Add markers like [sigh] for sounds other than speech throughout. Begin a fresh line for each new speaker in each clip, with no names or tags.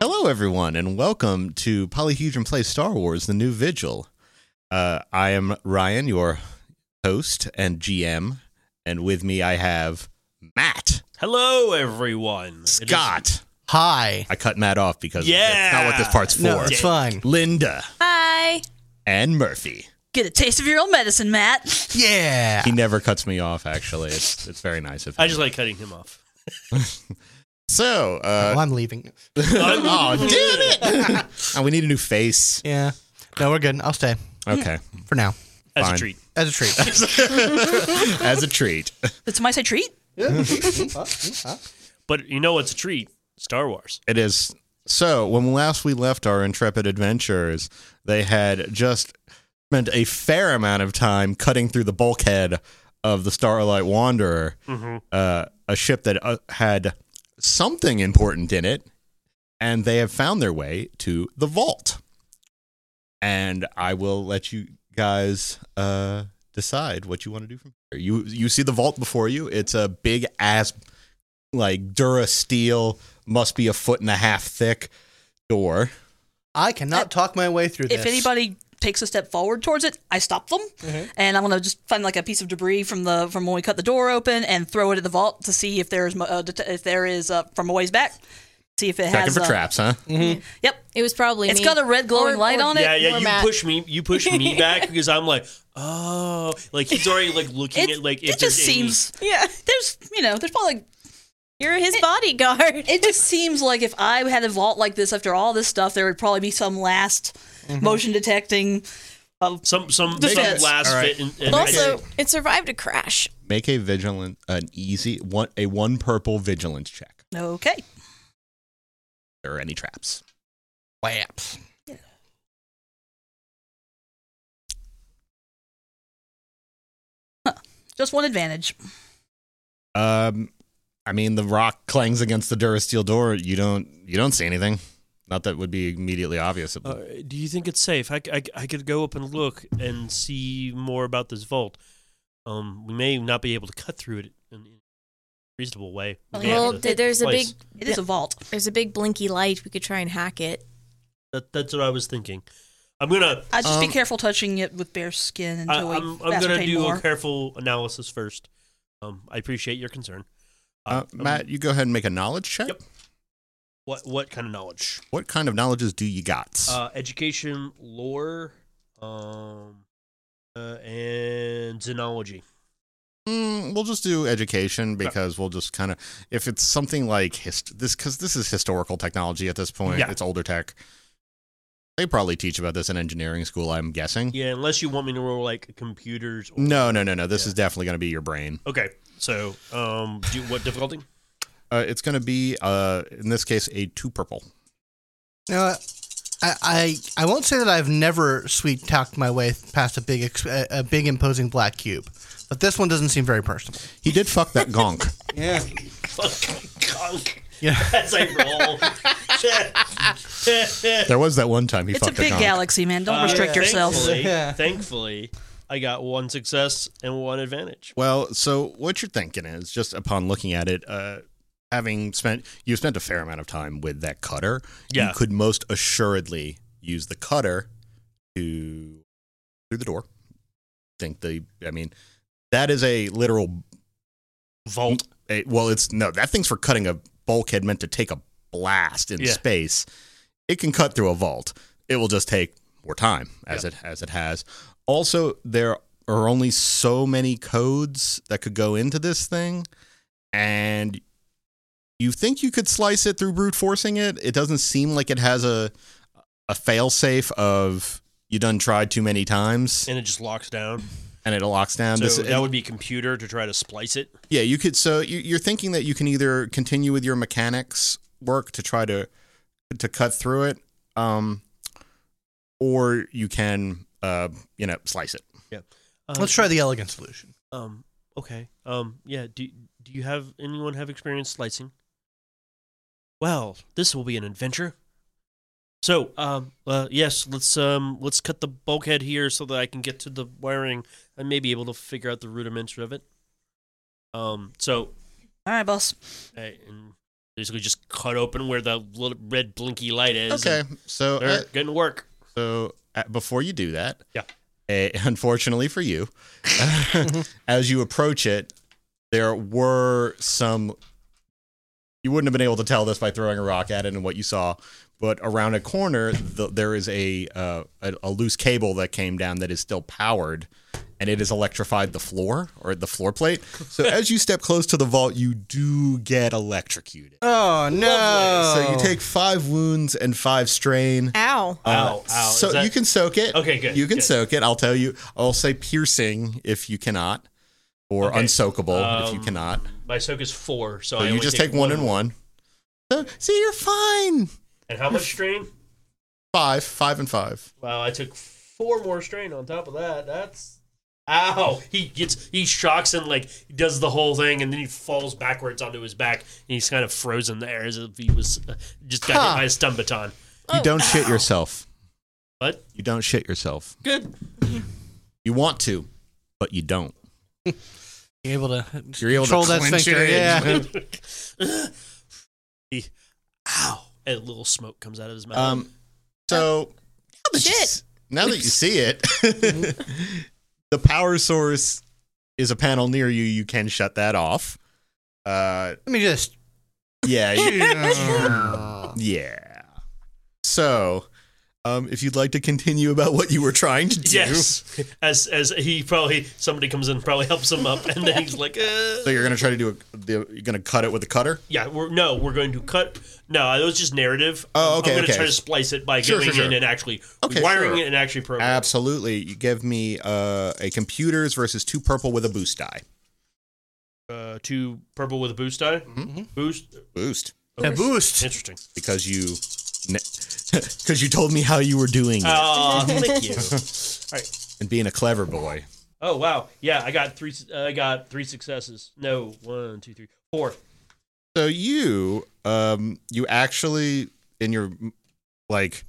Hello, everyone, and welcome to Polyhedron Play Star Wars The New Vigil. Uh, I am Ryan, your host and GM, and with me I have Matt,
Hello, everyone. It is-
Scott.
Hi.
I cut Matt off because
Yeah.
that's not what this part's for.
No, it's fine.
Linda
Hi.
and Murphy.
Get a taste of your own medicine, Matt.
Yeah.
He never cuts me off, actually. It's, it's very nice of him.
I just like cutting him [laughs] off.
so, uh,
oh, I'm leaving.
Uh,
oh, damn
[laughs]
it! oh, we need a new face.
Yeah. No, we're good. I'll stay
[laughs]
Okay,
for now
As
Fine.
a treat.
[laughs] as a treat.
as a treat.
Did somebody say treat?
But you know what's a treat? Star Wars.
It is. So, when last we left our intrepid adventurers, they had just spent a fair amount of time cutting through the bulkhead of the Starlight Wanderer, uh, a ship that uh, had something important in it, and they have found their way to the vault. And I will let you guys uh, decide what you want to do from here. You you see the vault before you. It's a big ass like Dura steel, must be a foot and a half thick door.
I cannot talk my way through this.
If anybody takes a step forward towards it, I stop them,
Mm-hmm.
and I'm gonna just find like a piece of debris from the from when we cut the door open and throw it at the vault to see if there's mo- uh, det- if there is uh, from a ways back. See if it
Checking
has.
for
uh,
traps, huh?
Yep,
It was probably
It's
me.
got a red glowing
Or-
light
or-
on it.
Yeah, yeah.
We're
You
Matt.
push me. You push
[laughs]
me back because I'm like, oh, like he's already like looking
It-
at like.
it
if
just
there's any-
seems. Yeah, there's you know there's probably
You're his [laughs] bodyguard.
it just seems like if I had a vault like this after all this stuff, there would probably be some last
Mm-hmm.
motion detecting. Of,
some some
Make
some
it.
last
All right.
fit. And,
But
and
also, [laughs] it survived a crash.
Make a vigilant, an easy one, a one purple vigilance check.
okay,
If there are any traps?
Whap.
just one advantage.
Um, I mean, the rock clangs against the Durasteel door. You don't, you don't see anything. Not that would be immediately obvious.
Uh, do you think it's safe? I, c- I c- I could go up and look and see more about this vault. Um, we may not be able to cut through it in a reasonable way.
Well,
may have
Well,
to
th- there's a big
slice.
It is a vault.
there's a big blinky light. We could try and hack it.
That, that's what I was thinking. I'm gonna.
I just be
Um,
careful touching it with bare skin
I, I'm,
until we
I'm gonna
ascertain
do
more.
a careful analysis first. Um, I appreciate your concern.
uh,
um,
Matt, you go ahead and make a knowledge check.
Yep. what what kind of knowledge?
What kind of knowledges do you got?
Uh, education, lore, um, uh, and xenology.
Mm, we'll just do education because we'll just kind of if it's something like hist- this because this is historical technology at this point.
Yeah.
It's older tech. They probably teach about this in engineering school. I'm guessing.
Yeah, unless you want me to roll like computers. Or,
No, no, no, no. This
Yeah.
is definitely going to be your brain.
Okay, so um, do what difficulty? [laughs]
Uh, it's going to be uh, in this case a two purple.
You know, what? I, I I won't say that I've never sweet talked my way past a big ex- a, a big imposing black cube, but this one doesn't seem very personal.
He did fuck that
[laughs]
gonk.
Yeah.
Conk.
Yeah.
As I roll.
There was that one time he
It's a
fucked
big
gonk.
galaxy, man. [laughs] Don't restrict
Uh,
yourself.
Thankfully,
Yeah.
thankfully, I got one success and one advantage.
Well, so what you're thinking is just upon looking at it, uh, having spent you spent a fair amount of time with that cutter,
Yeah.
you could most assuredly use the cutter to through the door. Think the I mean that is a literal vault. A, well, it's no that thing's for cutting a bulkhead meant to take a blast in
Yeah.
space. It can cut through a vault. It will just take more time as it as it has. Also, there are only so many codes that could go into this thing, and you think you could slice it through brute forcing it. It doesn't seem like it has a a failsafe of you done tried too many times
And it just locks down.
and it locks down.
so
Um, this,
that would be computer to try to splice it.
yeah, you could. So you, you're thinking that you can either continue with your mechanics work to try to to cut through it, um, or you can uh, you know slice it.
Um,
Let's try the elegant solution.
Um. Okay. Um. Yeah. Do Do you have anyone have experience slicing? Well, this will be an adventure. So, um, uh, yes, let's um, let's cut the bulkhead here so that I can get to the wiring. I may be able to figure out the rudiments of it. Um. So,
All right, boss.
I, and Basically, just cut open where the little red blinky light is.
Okay,
and
so
They're
uh,
going to work.
so uh, before you do that,
Yeah.
eh, [laughs] unfortunately for you, [laughs] as you approach it, there were some. You wouldn't have been able to tell this by throwing a rock at it and what you saw, but around a corner, the, there is a, uh, a a loose cable that came down that is still powered, and it has electrified the floor or the floor plate. So as you step close to the vault, you do get electrocuted.
Oh no!
So you take five wounds and five strain.
Ow.
Ow,
Uh,
ow,
So
is that-
you can soak it.
Okay, good,
You can
good.
soak it. I'll tell you. I'll say piercing if you cannot, or
Okay.
unsoakable if you
Um,
cannot.
My soak is four, so,
So
I
you
only
just take, one and one. So, see, you're fine.
And how much strain?
Five, five, and five.
Wow, I took four more strain on top of that. That's ow. He gets he shocks and like he does the whole thing, and then he falls backwards onto his back, and he's kind of frozen there as if he was uh, just got
Huh.
hit by a stun baton.
Oh,
You don't shit yourself. [laughs]
What?
You don't shit yourself.
Good.
You want to, but you don't.
You're able to
You're able to
control that
clench
sphincter.
it.
[laughs]
Yeah.
He, ow. And a little smoke comes out of his mouth.
Um, so now that you
Shit.
s- now that you see it, [laughs] the power source is a panel near you. You can shut that off. Uh,
[laughs] Let me [laughs] just.
yeah, you- yeah. So, um, if you'd like to continue about what you were trying to do,
yes. [laughs] As as he probably somebody comes in and probably helps him up, and then he's like, uh,
so you're gonna try to do a, the, you're gonna cut it with a cutter.
Yeah, we're no, we're going to cut. No, that was just narrative.
Oh, okay,
I'm going to
okay.
try to splice it by
Sure,
going
sure,
in
sure.
and actually
Okay,
wiring
sure.
it and actually programming. it.
Absolutely. You give me uh, a computers versus two purple with a boost die.
Uh, two purple with a boost die. Mm-hmm. Boost.
Boost
A boost.
[laughs]
Interesting.
because you [laughs] because you told me how you were doing it
Uh, thank you.
and being a clever boy.
Oh wow, yeah, I got three. Uh, I got three successes. No, one, two, three, four.
So you, um, you actually in your like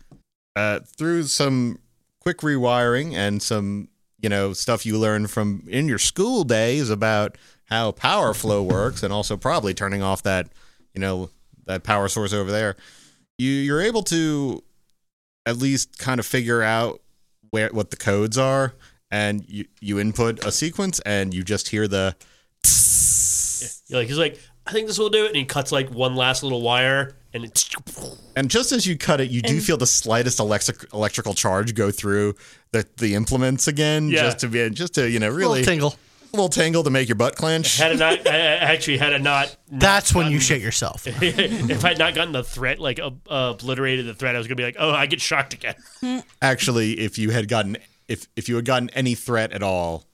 uh, through some quick rewiring and some you know stuff you learned from in your school days about how power flow works, and also probably turning off that you know that power source over there. You you're able to at least kind of figure out where what the codes are, and you you input a sequence, and you just hear the.
Yeah. You're like he's like, I think this will do it, and he cuts like one last little wire, and it's [laughs]
And just as you cut it, you do feel the slightest electric, electrical charge go through the, the implements again,
Yeah.
just to be just to you know really
Little tingle.
a little tangle to make your butt clench.
had it not. I, I actually had it not.
That's when you shit [laughs] yourself.
[laughs] if I had not gotten the threat, like ob- uh, obliterated the threat, I was gonna be like, oh, I get shocked again.
Actually, if you had gotten if if you had gotten any threat at all,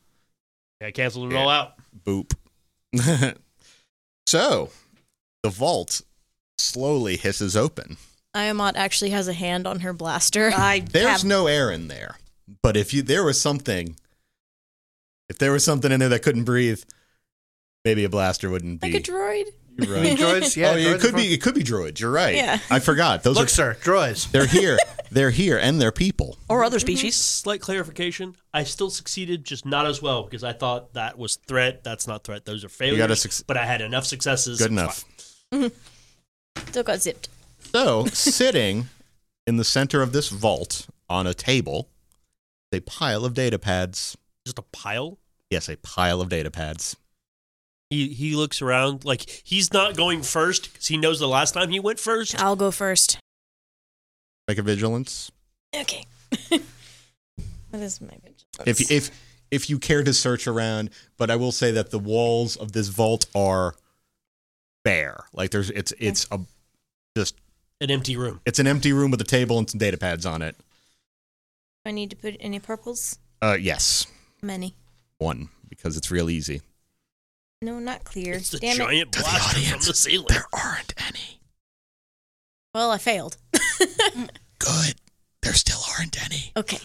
Yeah, I canceled it all out.
boop. [laughs] so the vault slowly hisses open.
Iamat Oh, actually has a hand on her blaster.
I
There's
have
no air in there, but if you there was something, if there was something in there that couldn't breathe, maybe a blaster wouldn't [laughs] be
like a droid?
You're right.
droids. Yeah.
oh, yeah,
droids
it could
are
be. It could be droids. You're right.
Yeah.
I forgot. Those
fun.
are.
Look, sir, droids.
They're here. they're here, and they're people.
or other species.
Mm-hmm.
Slight clarification. I still succeeded, just not as well because I thought that was threat. That's not threat. Those are failures.
gotta suc-
but I had enough successes.
Good enough.
Still got zipped.
So, sitting in the center of this vault on a table, is a pile of data pads.
Just a pile.
Yes, a pile of data pads.
He he looks around like he's not going first because he knows the last time he went first.
I'll go first.
Make a vigilance.
[laughs] Okay. this is my vigilance.
If if if you care to search around, but I will say that the walls of this vault are bare. Like there's it's it's a just
An empty room.
it's an empty room with a table and some data pads on it.
Do I need to put any purples?
Uh yes.
Many.
One because it's real easy.
No, not clear.
It's the
Damn it.
giant blaster from the ceiling.
aren't any.
Well, I [laughs] failed.
Good. There still aren't any.
Okay.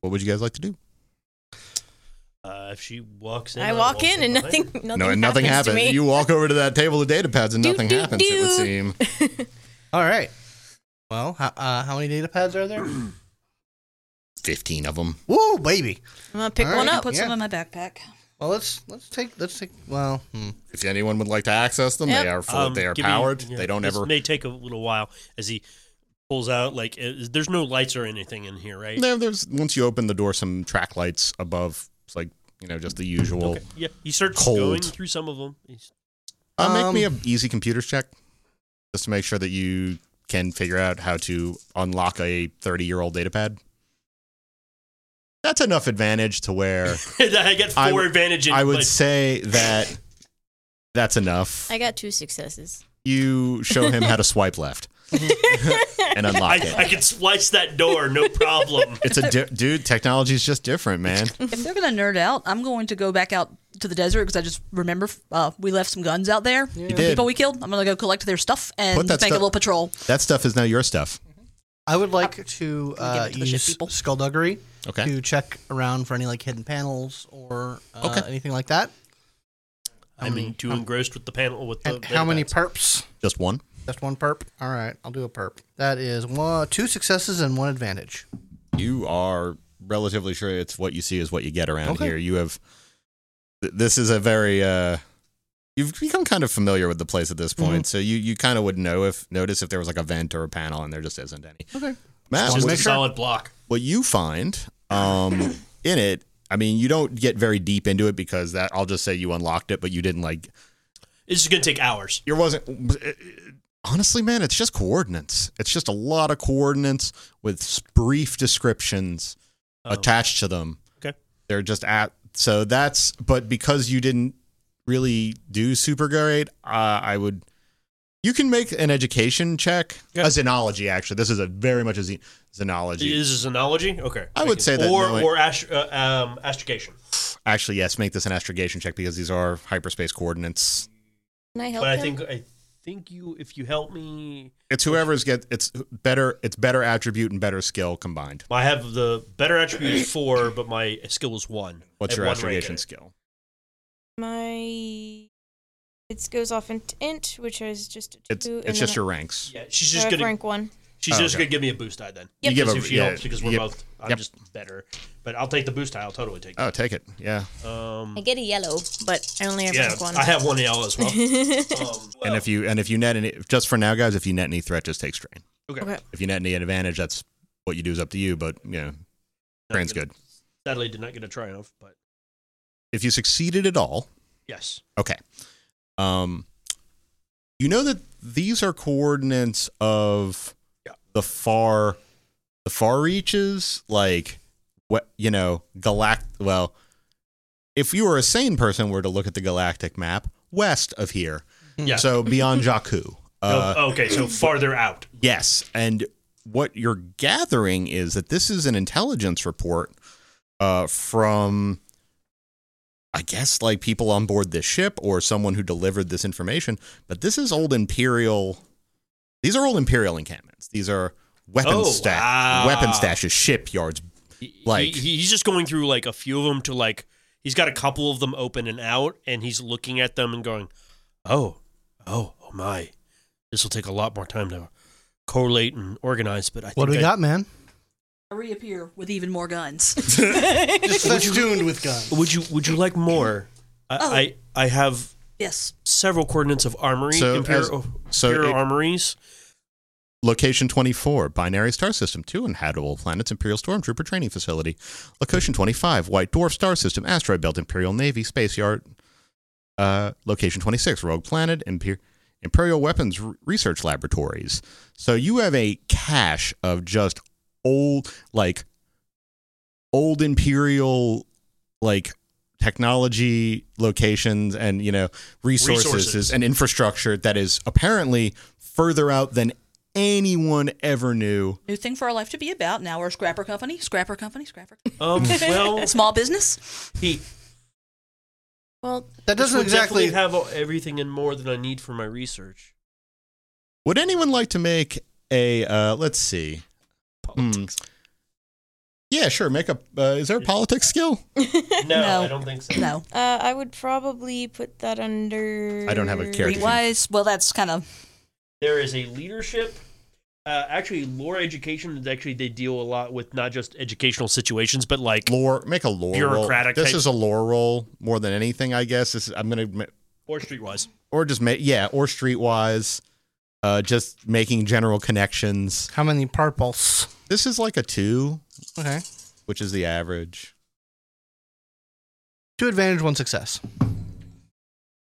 What would you guys like to do?
Uh, if she walks in,
[laughs] I
I'll
walk in and
behind her.
nothing nothing,
no, and nothing happens.
happens, to me.
You walk over to that table of data pads and
Doo,
nothing
doo,
happens, it would
doo.
seem.
All right. Well, how, uh, how many data pads are
[clears throat]
there?
15 of them.
Woo, baby.
I'm going to pick
All
one
right.
up.
Put
Yeah.
some in my backpack.
Well, let's let's take let's take. Well, hmm.
If anyone would like to access them, they
Yep.
are full,
Um,
they are
give me-
powered.
yeah,
they don't
this
ever.
may take a little while as he pulls out. Like, uh, there's no lights or anything in here, right?
No, there's once you open the door, some track lights above. It's like you know, just the usual.
Okay. Yeah, he starts
cold.
going through some of them. He's, [laughs]
Uh, make
Um,
me an easy computers check, just to make sure that you can figure out how to unlock a 30 year old data pad. That's enough advantage to
[laughs]
where
I get
I
four
would-
advantage. In,
I would
but-
say that that's enough.
I got two successes.
You show him how to swipe left and
I,
unlock
I
it.
can splice that door,
[laughs]
no problem.
It's a di- dude. Technology is just different, man.
If they're gonna nerd out, I'm going to go back out to the desert because I just remember uh, we left some guns out there.
You did.
People we killed. I'm gonna go collect their stuff and
Put
make
that
a
stuff-
little patrol.
That stuff is now your stuff.
I would like to
Can we give
uh,
it to the ship
use
people?
skullduggery
Okay.
to check around for any like hidden panels or uh,
Okay.
anything like that.
I mean, too engrossed with the panel with the.
And how many
data
perps?
Just one.
Just one perp. All right, I'll do a perp. That is one, two successes and one advantage.
You are relatively sure it's what you see is what you get around
Okay.
here. You have. th- This is a very. uh You've become kind of familiar with the place at this
Mm-hmm.
point, so you you kind of would know if notice if there was like a vent or a panel, and there just isn't any.
Okay.
Matt,
pads.
what,
Just a solid block.
what you find um, in it, I mean, you don't get very deep into it because that I'll just say you unlocked it, but you didn't like
It's just gonna take hours.
It wasn't. uh, Honestly, man, it's just coordinates. It's just a lot of coordinates with s- brief descriptions
Oh.
attached to them.
Okay.
They're just at. So that's. But because you didn't really do super great, uh, I would. You can make an education check,
Yeah.
a xenology. Actually, this is a very much a ze- xenology.
Is this analogy? Okay.
I would say that
Or
knowing-
or ast- uh, um, astrogation.
actually, yes, make this an astrogation check because these are hyperspace coordinates.
Can I help
But I
him?
think I think you if you help me,
It's whoever's get. It's better. It's better attribute and better skill combined.
I have the better attribute is four, but my skill is one.
What's
I have
your
one
astrogation
rank
skill?
my it goes off in int, which is just a
It's
two. and
it's just
then
your
I-
ranks.
in it. Yeah, she's
so
just
I have
gonna
rank one.
she's
Oh,
just
okay.
gonna give me a boost die then.
You give
Because
a-
if she
yeah,
helps because we're
yep.
both I'm
Yep.
just better. But I'll take the boost die. I'll totally take it.
Oh, take it. Yeah.
Um,
I get a yellow, but I only have
yeah,
rank one.
I have one L as well. um,
And if you and if you net any just for now, guys, if you net any threat, just take strain.
okay,
Okay.
If you net any advantage, that's what you do is up to you. But you know, strain's good.
Sadly, did not get a triumph, but
If you succeeded at all,
yes.
okay. Um, you know that these are coordinates of
Yeah.
the far, the far reaches, like what you know, galact. Well, if you were a sane person, were to look at the galactic map west of here,
Yeah.
so beyond Jakku. Uh,
oh, okay, so farther out.
Yes, and what you're gathering is that this is an intelligence report uh, from, I guess, like people on board this ship or someone who delivered this information. But this is old Imperial. These are old Imperial encampments. These are weapon
Oh,
sta-
wow.
weapon stashes, shipyards. Like-
he, he's just going through like a few of them to like he's got a couple of them open and out and he's looking at them and going oh oh oh my this will take a lot more time to correlate and organize but i
What
think
do we
I-
got, man?
I reappear with even more guns.
[laughs]
[laughs]
Just festooned with guns.
would you would you like more I,
Oh.
I i have
yes.
several coordinates of armory
So
imperial,
as- so
imperial
it-
armories
Location 24, binary star system, two inhabitable planets, Imperial Stormtrooper training facility. Location 25, white dwarf star system, asteroid belt, Imperial Navy, space yard. Uh, location 26, rogue planet, Imper- Imperial weapons R- research laboratories. So you have a cache of just old, like, old Imperial, like, technology locations and, you know,
Resources.
resources and infrastructure that is apparently further out than anyone ever knew.
New thing for our life to be about. Now we're a scrapper company, scrapper
[laughs]
company, scrapper company. [laughs]
um well
Small business.
he
well,
That
this
doesn't
would definitely
exactly.
have all- everything and more than i need for my research
Would anyone like to make a uh, let's see? Hmm. Yeah, sure. Make a uh, is there a politics skill?
no,
[laughs] No.
i don't think so
No.
uh, I would probably put that under.
I don't have a character.
Wise. Well, that's kind of
there is a leadership Uh, actually, lore education is actually they deal a lot with not just educational situations, but like
Lore, make a lore
Bureaucratic
roll. This
type-
is a lore roll more than anything, I guess. This is, I'm gonna ma-
or streetwise.
or just make yeah, or streetwise, uh, just making general connections.
How many purples?
This is like a two,
Okay.
which is the average.
Two advantage, one success.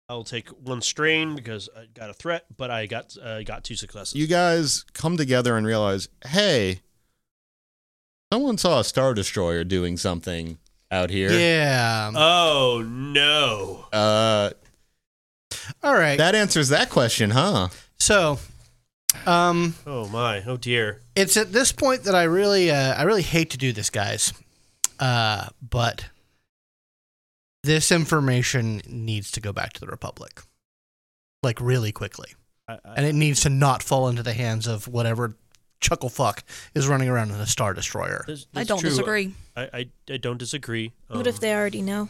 I'll take one strain because I got a threat, but I got uh, got two successes.
You guys come together and realize, hey, someone saw a star destroyer doing something out here.
Yeah.
oh no!
Uh,
All right.
that answers that question, huh?
so, um,
Oh my! Oh dear!
it's at this point that I really, uh, I really hate to do this, guys. Uh, but this information needs to go back to the Republic, like really quickly,
I, I,
and it needs to not fall into the hands of whatever chuckle fuck is running around in a star destroyer.
that's-
I
that's
don't
true.
disagree.
I, I, I don't disagree.
What if
Um,
they already know?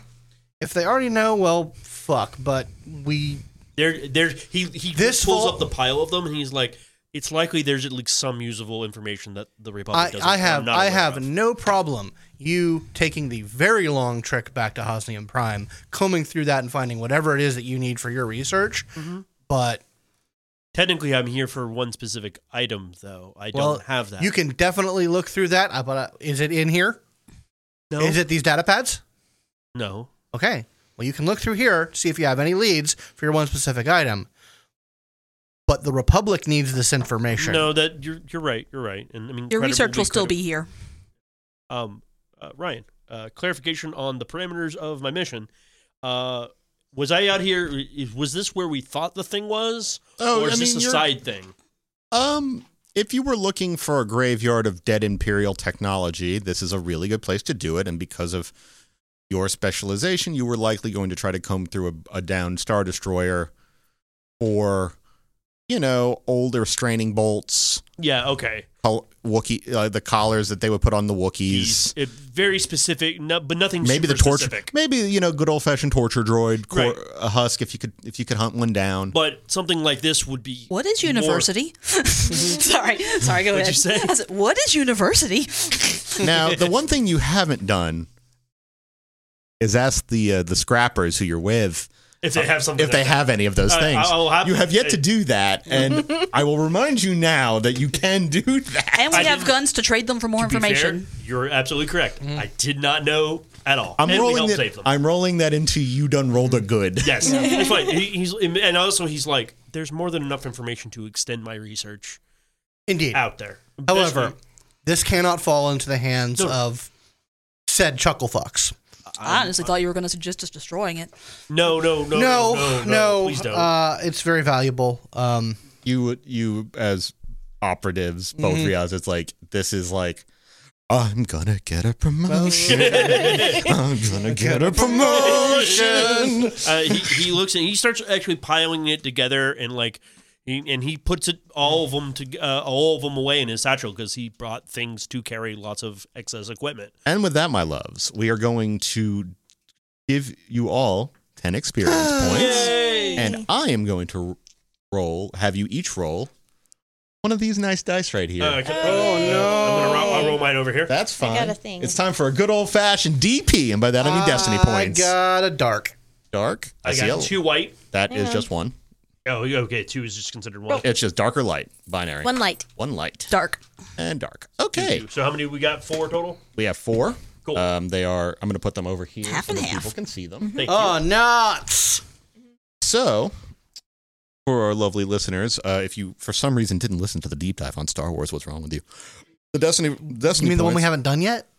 If they already know, well, fuck. But we
There, there. He he
This
pulls
full-
up the pile of them, and he's like, "It's likely there's at least some usable information that the
I,
Republic doesn't."
I have
I'm not
I
aware
have
of.
no problem you taking the very long trek back to Hosnium Prime, combing through that and finding whatever it is that you need for your research.
Mm-hmm.
But
Technically, I'm here for one specific item, though. I
well,
don't have that.
You can definitely look through that. I, but uh, is it in here?
no,
Is it these data pads?
no.
Okay. Well, you can look through here, see if you have any leads for your one specific item. But the Republic needs this information.
No, that you're you're right. You're right, and I mean
Your
credible
research will still
credible.
be here.
Um, uh, Ryan, uh, clarification on the parameters of my mission. Uh, was I out here? i- Was this where we thought the thing was,
Oh,
or is
I
this
mean,
a
you're-
side thing?
Um, if you were looking for a graveyard of dead imperial technology, this is a really good place to do it. And because of your specialization, you were likely going to try to comb through a, a downed star destroyer or, you know, older straining bolts,
Yeah. Okay.
col- Wookie, uh, the collars that they would put on the Wookiees.
He's uh, very specific, no, but nothing.
Maybe
super
the torture,
Specific.
maybe you know, good old fashioned torture droid, cor-
Right.
a husk. If you could, if you could hunt one down,
But something like this would be
What is
more- [laughs]
university? sorry, sorry. Go
What'd
ahead.
you say?
I said, what
[laughs]
is university?
now, the one thing you haven't done is ask the uh, the scrappers who you're with
if they have something.
if they
like
have any of those
I-
things.
I'll have-
you have yet to do that, and
[laughs]
I will remind you now that you can do that.
And we
I
have
didn't-
guns to trade them for more
that. To be fair,
information.
you're absolutely correct. I did not know at all.
I'm
and we
rolling
helped
that.
save them.
I'm rolling that into you. Done rolled a good.
[laughs]
yes, it's fine. He, he's and also he's like, there's more than enough information to extend my research
Indeed.
out there. uh,
However, this cannot fall into the hands
No.
of said chuckle fucks.
I honestly thought you were going to suggest us destroying it.
No, no, no,
no,
no, no, Please don't.
Uh, it's very valuable. Um,
You you as operatives both realize it's like this is like. I'm gonna get a promotion.
[laughs] uh,
I'm gonna get a promotion.
[laughs] uh, he, he looks and he starts actually piling it together and like, he, and he puts it all of them to uh, all of them away in his satchel because he brought things to carry lots of excess equipment.
And with that, my loves, we are going to give you all 10 experience
[gasps]
points. And I am going to roll, have you each roll one of these nice dice right here.
Uh, okay. Oh no! I'm gonna roll, I'll roll mine over here.
That's fine.
got a thing.
It's time for a good old fashioned DP, and by that I mean destiny
I
points.
got a dark.
Dark. I,
Ah, I
see
got
a-
two white.
That
Hang
is
on.
just one.
Oh, okay. Two is just considered one.
It's just dark or light, binary.
One light.
One light
Dark.
and dark.
Two,
Okay,
two. So how many we got? Four total.
we have four.
Cool.
Um, they are. I'm going to put them over here
Half
so
and
that
half.
people can see them.
Thank
Oh, nuts.
So, for our lovely listeners, uh, if you for some reason didn't listen to the deep dive on Star Wars, what's wrong with you? The Destiny,
You
Destiny.
mean the one we
points,
haven't done yet?
you.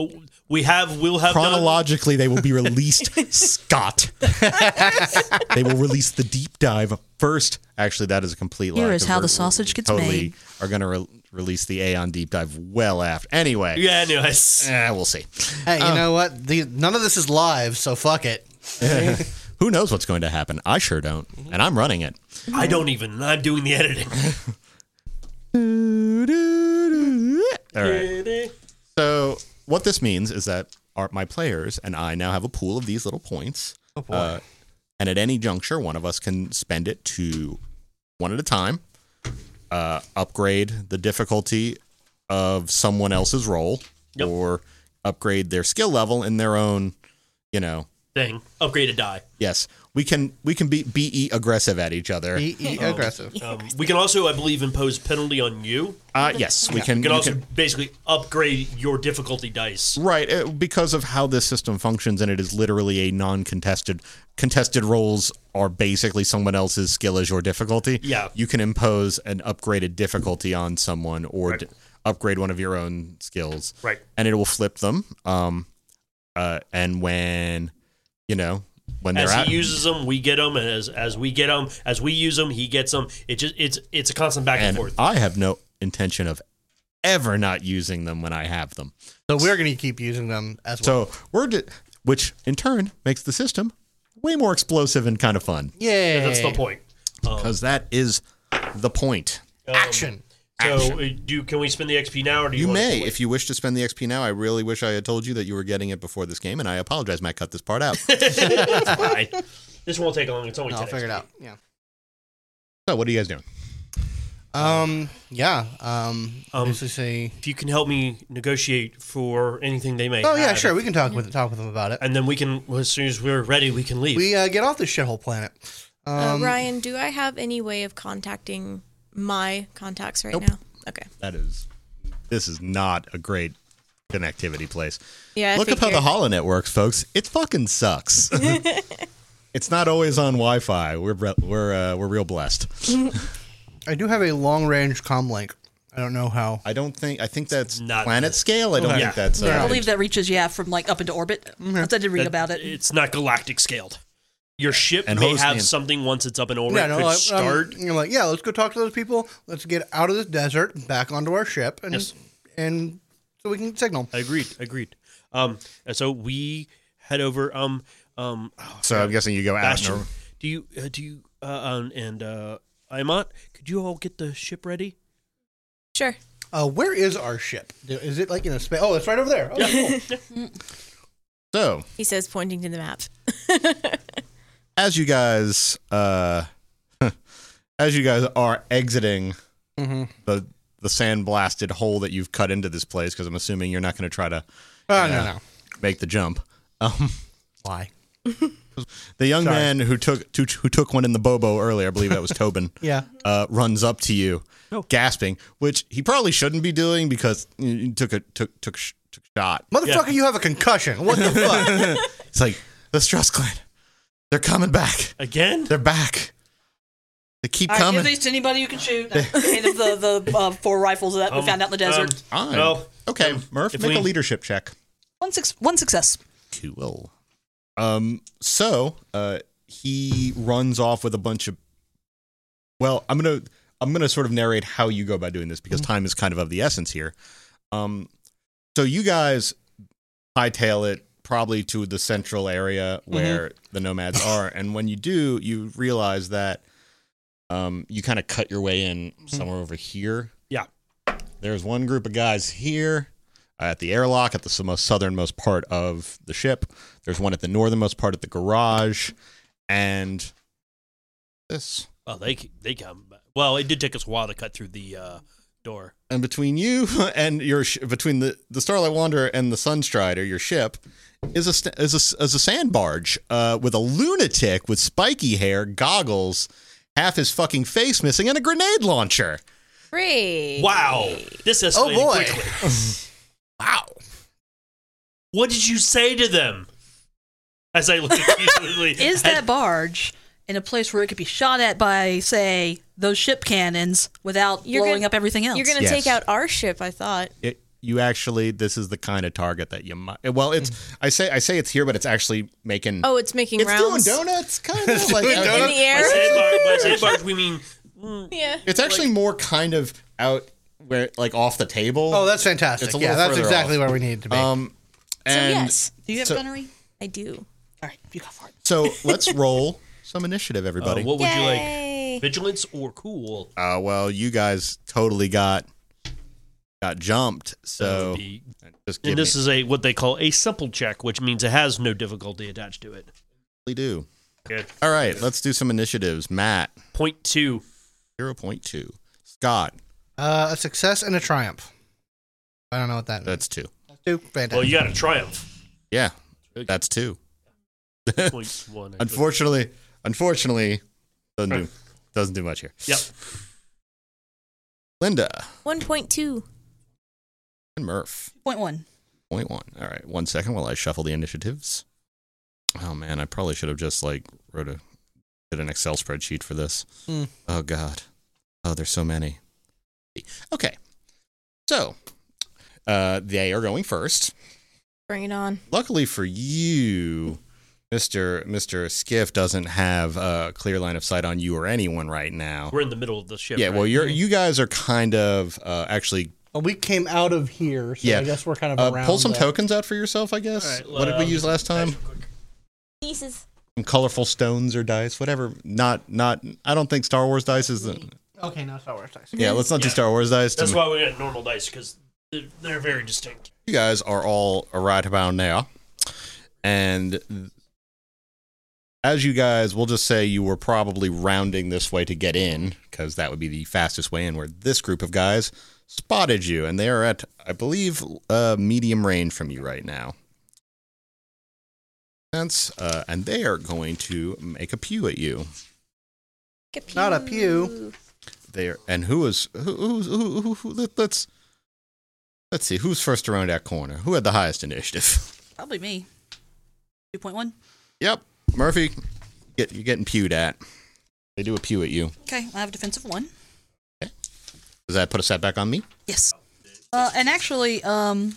Oh, we have. We'll have done-
chronologically they will be
[laughs]
released. Scott, they will release the deep dive first. Actually, that is a complete.
Here
lie,
is
'cause
how the
we're-
sausage
we
gets
totally
made.
Are going to re- release the Aeon deep dive well after. Anyway,
Yeah. Anyways.
eh, we'll see.
Hey, you know what? The, none of this is live, so fuck it.
Who knows what's going to happen? I sure don't, and I'm running it.
I don't even. I'm doing the [laughs] editing.
All right. So what this means is that our, my players and I now have a pool of these little points. Oh boy. and at any juncture, one of us can spend it to one at a time uh, upgrade the difficulty of someone else's role
Yep.
or upgrade their skill level in their own, you know.
Thing. Upgrade a die.
Yes, we can we can be be aggressive at each other.
Be e-
Oh.
aggressive.
Um, [laughs] we can also, I believe, impose penalty on you.
Uh, yes, we can.
You can
Mm,
you
also
can-
basically upgrade your difficulty dice.
right uh, because of how this system functions, and it is literally a non-contested. Contested roles are basically someone else's skill is your difficulty.
Yeah.
you can impose an upgraded difficulty on someone or
Right.
d- upgrade one of your own skills.
Right.
and it will flip them. Um, uh, and when you know when
As
they're
he
out,
uses them, we get them, and as as we get them, as we use them, he gets them. It just it's it's a constant back and,
and
forth.
I have no intention of ever not using them when I have them.
So we're going to keep using them as well.
So we're di- which in turn makes the system way more explosive and kind of fun
Yay.
Yeah, that's the point. Um,
because that is the point.
um,
Action.
So, uh, do can we spend the XP now, or do you,
You
wanna
may,
wait?
if you wish to spend the XP now. I really wish I had told you that you were getting it before this game, and I apologize. Matt cut this part
[laughs]
out.
[laughs] It's fine.
[laughs]
This won't take long. It's only
No, I'll
10
figure it
XP.
out. Yeah.
so, what are you guys doing?
Um. Yeah. Um.
Um,
obviously say.
If you can help me negotiate for anything they may.
Oh yeah,
have,
sure. We can talk with talk with them about it.
And then we can, well, as soon as we're ready, we can leave.
We uh, get off this shithole planet. Um,
uh, Ryan, do I have any way of contacting my contacts right
Nope.
now? Okay.
That is, this is not a great connectivity place.
Yeah. I
Look up how the
figured.
Holonet works, folks. It fucking
[laughs]
sucks. it's not always on Wi-Fi. We're bre- we're uh, we're real blessed.
I do have a long range comm link. I don't know how.
I don't think I think that's
Not-
planet scale. I don't
Okay.
think that's. Uh,
I believe that reaches yeah from like up into orbit. Once I did read
Mm-hmm. That-
about it.
It's not galactic scaled. Your ship
And
may
host
have
name.
something once it's up in orbit.
Yeah, no,
could
I,
start.
I'm, you're like, yeah, let's go talk to those people. Let's get out of this desert, back onto our ship, and
Yes.
and so we can signal.
agreed. Agreed. Um, and so we head over. Um, um, oh,
so I'm guessing you go out.
Bastion,
And,
do you uh, do you uh, um, and uh, Imant? Could you all get the ship ready?
Sure.
Uh, where is our ship? Is it like in a space? Oh, it's right over there. Oh, cool.
so
He says, pointing to the map. [laughs]
as you guys uh, [laughs] as you guys are exiting
Mhm.
the the sand blasted hole that you've cut into this place, because I'm assuming you're not going to try to
Oh, no,
Yeah.
no.
make the jump. Um,
Why?
the young
Sorry.
man who took to, who took one in the Bobo earlier, I believe that was Tobin.
Yeah.
uh, runs up to you,
No.
gasping, which he probably shouldn't be doing because he took a took took sh- took a shot.
Motherfucker, you have a concussion. What the fuck?
[laughs] It's like the Strauss clan, they're coming back.
Again?
They're back. They keep
All right, give
coming.
these to anybody who
[laughs]
can shoot. No, hand them the the uh, four rifles that we
Um,
found out in the desert.
um,
Fine.
well,
okay,
um,
Murph,
if
make
we-
a leadership check.
one six one success.
Cool. Um. So, uh, he runs off with a bunch of. Well, I'm gonna I'm gonna sort of narrate how you go about doing this because time is kind of of the essence here. Um, so you guys hightail it probably to the central area where the nomads are, and when you do, you realize that um you kind of cut your way in somewhere over here.
Yeah.
There's one group of guys here uh, at the airlock at the s- most southernmost part of the ship. There's one at the northernmost part at the garage, and this.
Well, they c- they come. back. Well, it did take us a while to cut through the uh, door.
And between you [laughs] and your sh- between the the Starlight Wanderer and the Sunstrider, your ship is a st- is a s- is a sand barge uh, with a lunatic with spiky hair, goggles, half his fucking face missing, and a grenade launcher.
Great.
Wow, this escalated
Oh boy.
quickly.
wow.
What did you say to them? As I look at
[laughs]
you,
Is that barge in a place where it could be shot at by say those ship cannons without
You're
blowing
gonna-
up everything else?
You're going to
Yes.
take out our ship, I thought.
It, you actually, this is the kind of target that you might. Well, it's I say I say it's here, but it's actually making.
Oh, it's making
Mm. it's
rounds.
doing
[laughs]
donuts, kind of like
doing
out-
In
by
donuts.
the
sand
air.
bar- by
[laughs]
sand barge, we mean mm,
yeah.
It's actually more kind of out where like off the table.
Oh, that's fantastic.
It's a
Yeah,
little
that's
further
exactly
off.
where we need to be.
um, and
so, yes,
Do you have
So-
gunnery?
I do.
All right, you go for it.
so let's roll some initiative,
uh,
everybody.
what would you like?
Yay.
Vigilance or cool?
Uh, well, you guys totally got got jumped.
Oh.
So
The-
just give
and this
me
is a what they call a simple check, which means it has no difficulty attached to it.
we do.
Good.
All right, let's do some initiatives. Matt,
Point two.
zero point two. Scott,
Uh, a success and a triumph. I don't know what that means.
that's two.
Two, fantastic.
Well, you got
[laughs]
a triumph.
Yeah, that's two. [laughs]
Point one. I think.
Unfortunately, unfortunately, doesn't do, doesn't do much here.
Yep.
Linda
1.2.
and Murph,
Point one.
point one. All right, one second while I shuffle the initiatives. Oh man, I probably should have just like wrote a did an Excel spreadsheet for this.
Hmm.
Oh god, oh there's so many. Okay, so uh, they are going first.
Bring it on.
luckily for you mr mr skiff doesn't have a clear line of sight on you or anyone right now
We're in the middle of the ship.
yeah
right?
well you're you guys are kind of uh actually
Well, we came out of here, so
Yeah.
I guess we're kind of
uh,
around.
pull some
the-
tokens out for yourself i
All
guess
right,
what did we
um,
use last time
Pieces.
some colorful stones or dice whatever not not i don't think star wars dice is the
Okay, now Star Wars dice.
yeah let's not do
Yeah.
star wars dice
That's
To-
why we got normal dice because they're, they're very distinct.
you guys are all right about now and as you guys we'll just say you were probably rounding this way to get in because that would be the fastest way in where this group of guys spotted you and they are at i believe uh, medium range from you right now Sense, uh, and they are going to make a pew at you
Not a pew.
there and who is who who's- who, who, who let, let's let's see who's first around that corner who had the highest initiative [laughs]
Probably me. Two point one.
Yep, Murphy, get you're getting pewed at. They do a pew at you.
Okay, I have a defensive one.
Does that put a setback on me?
Yes. Uh, and actually, um,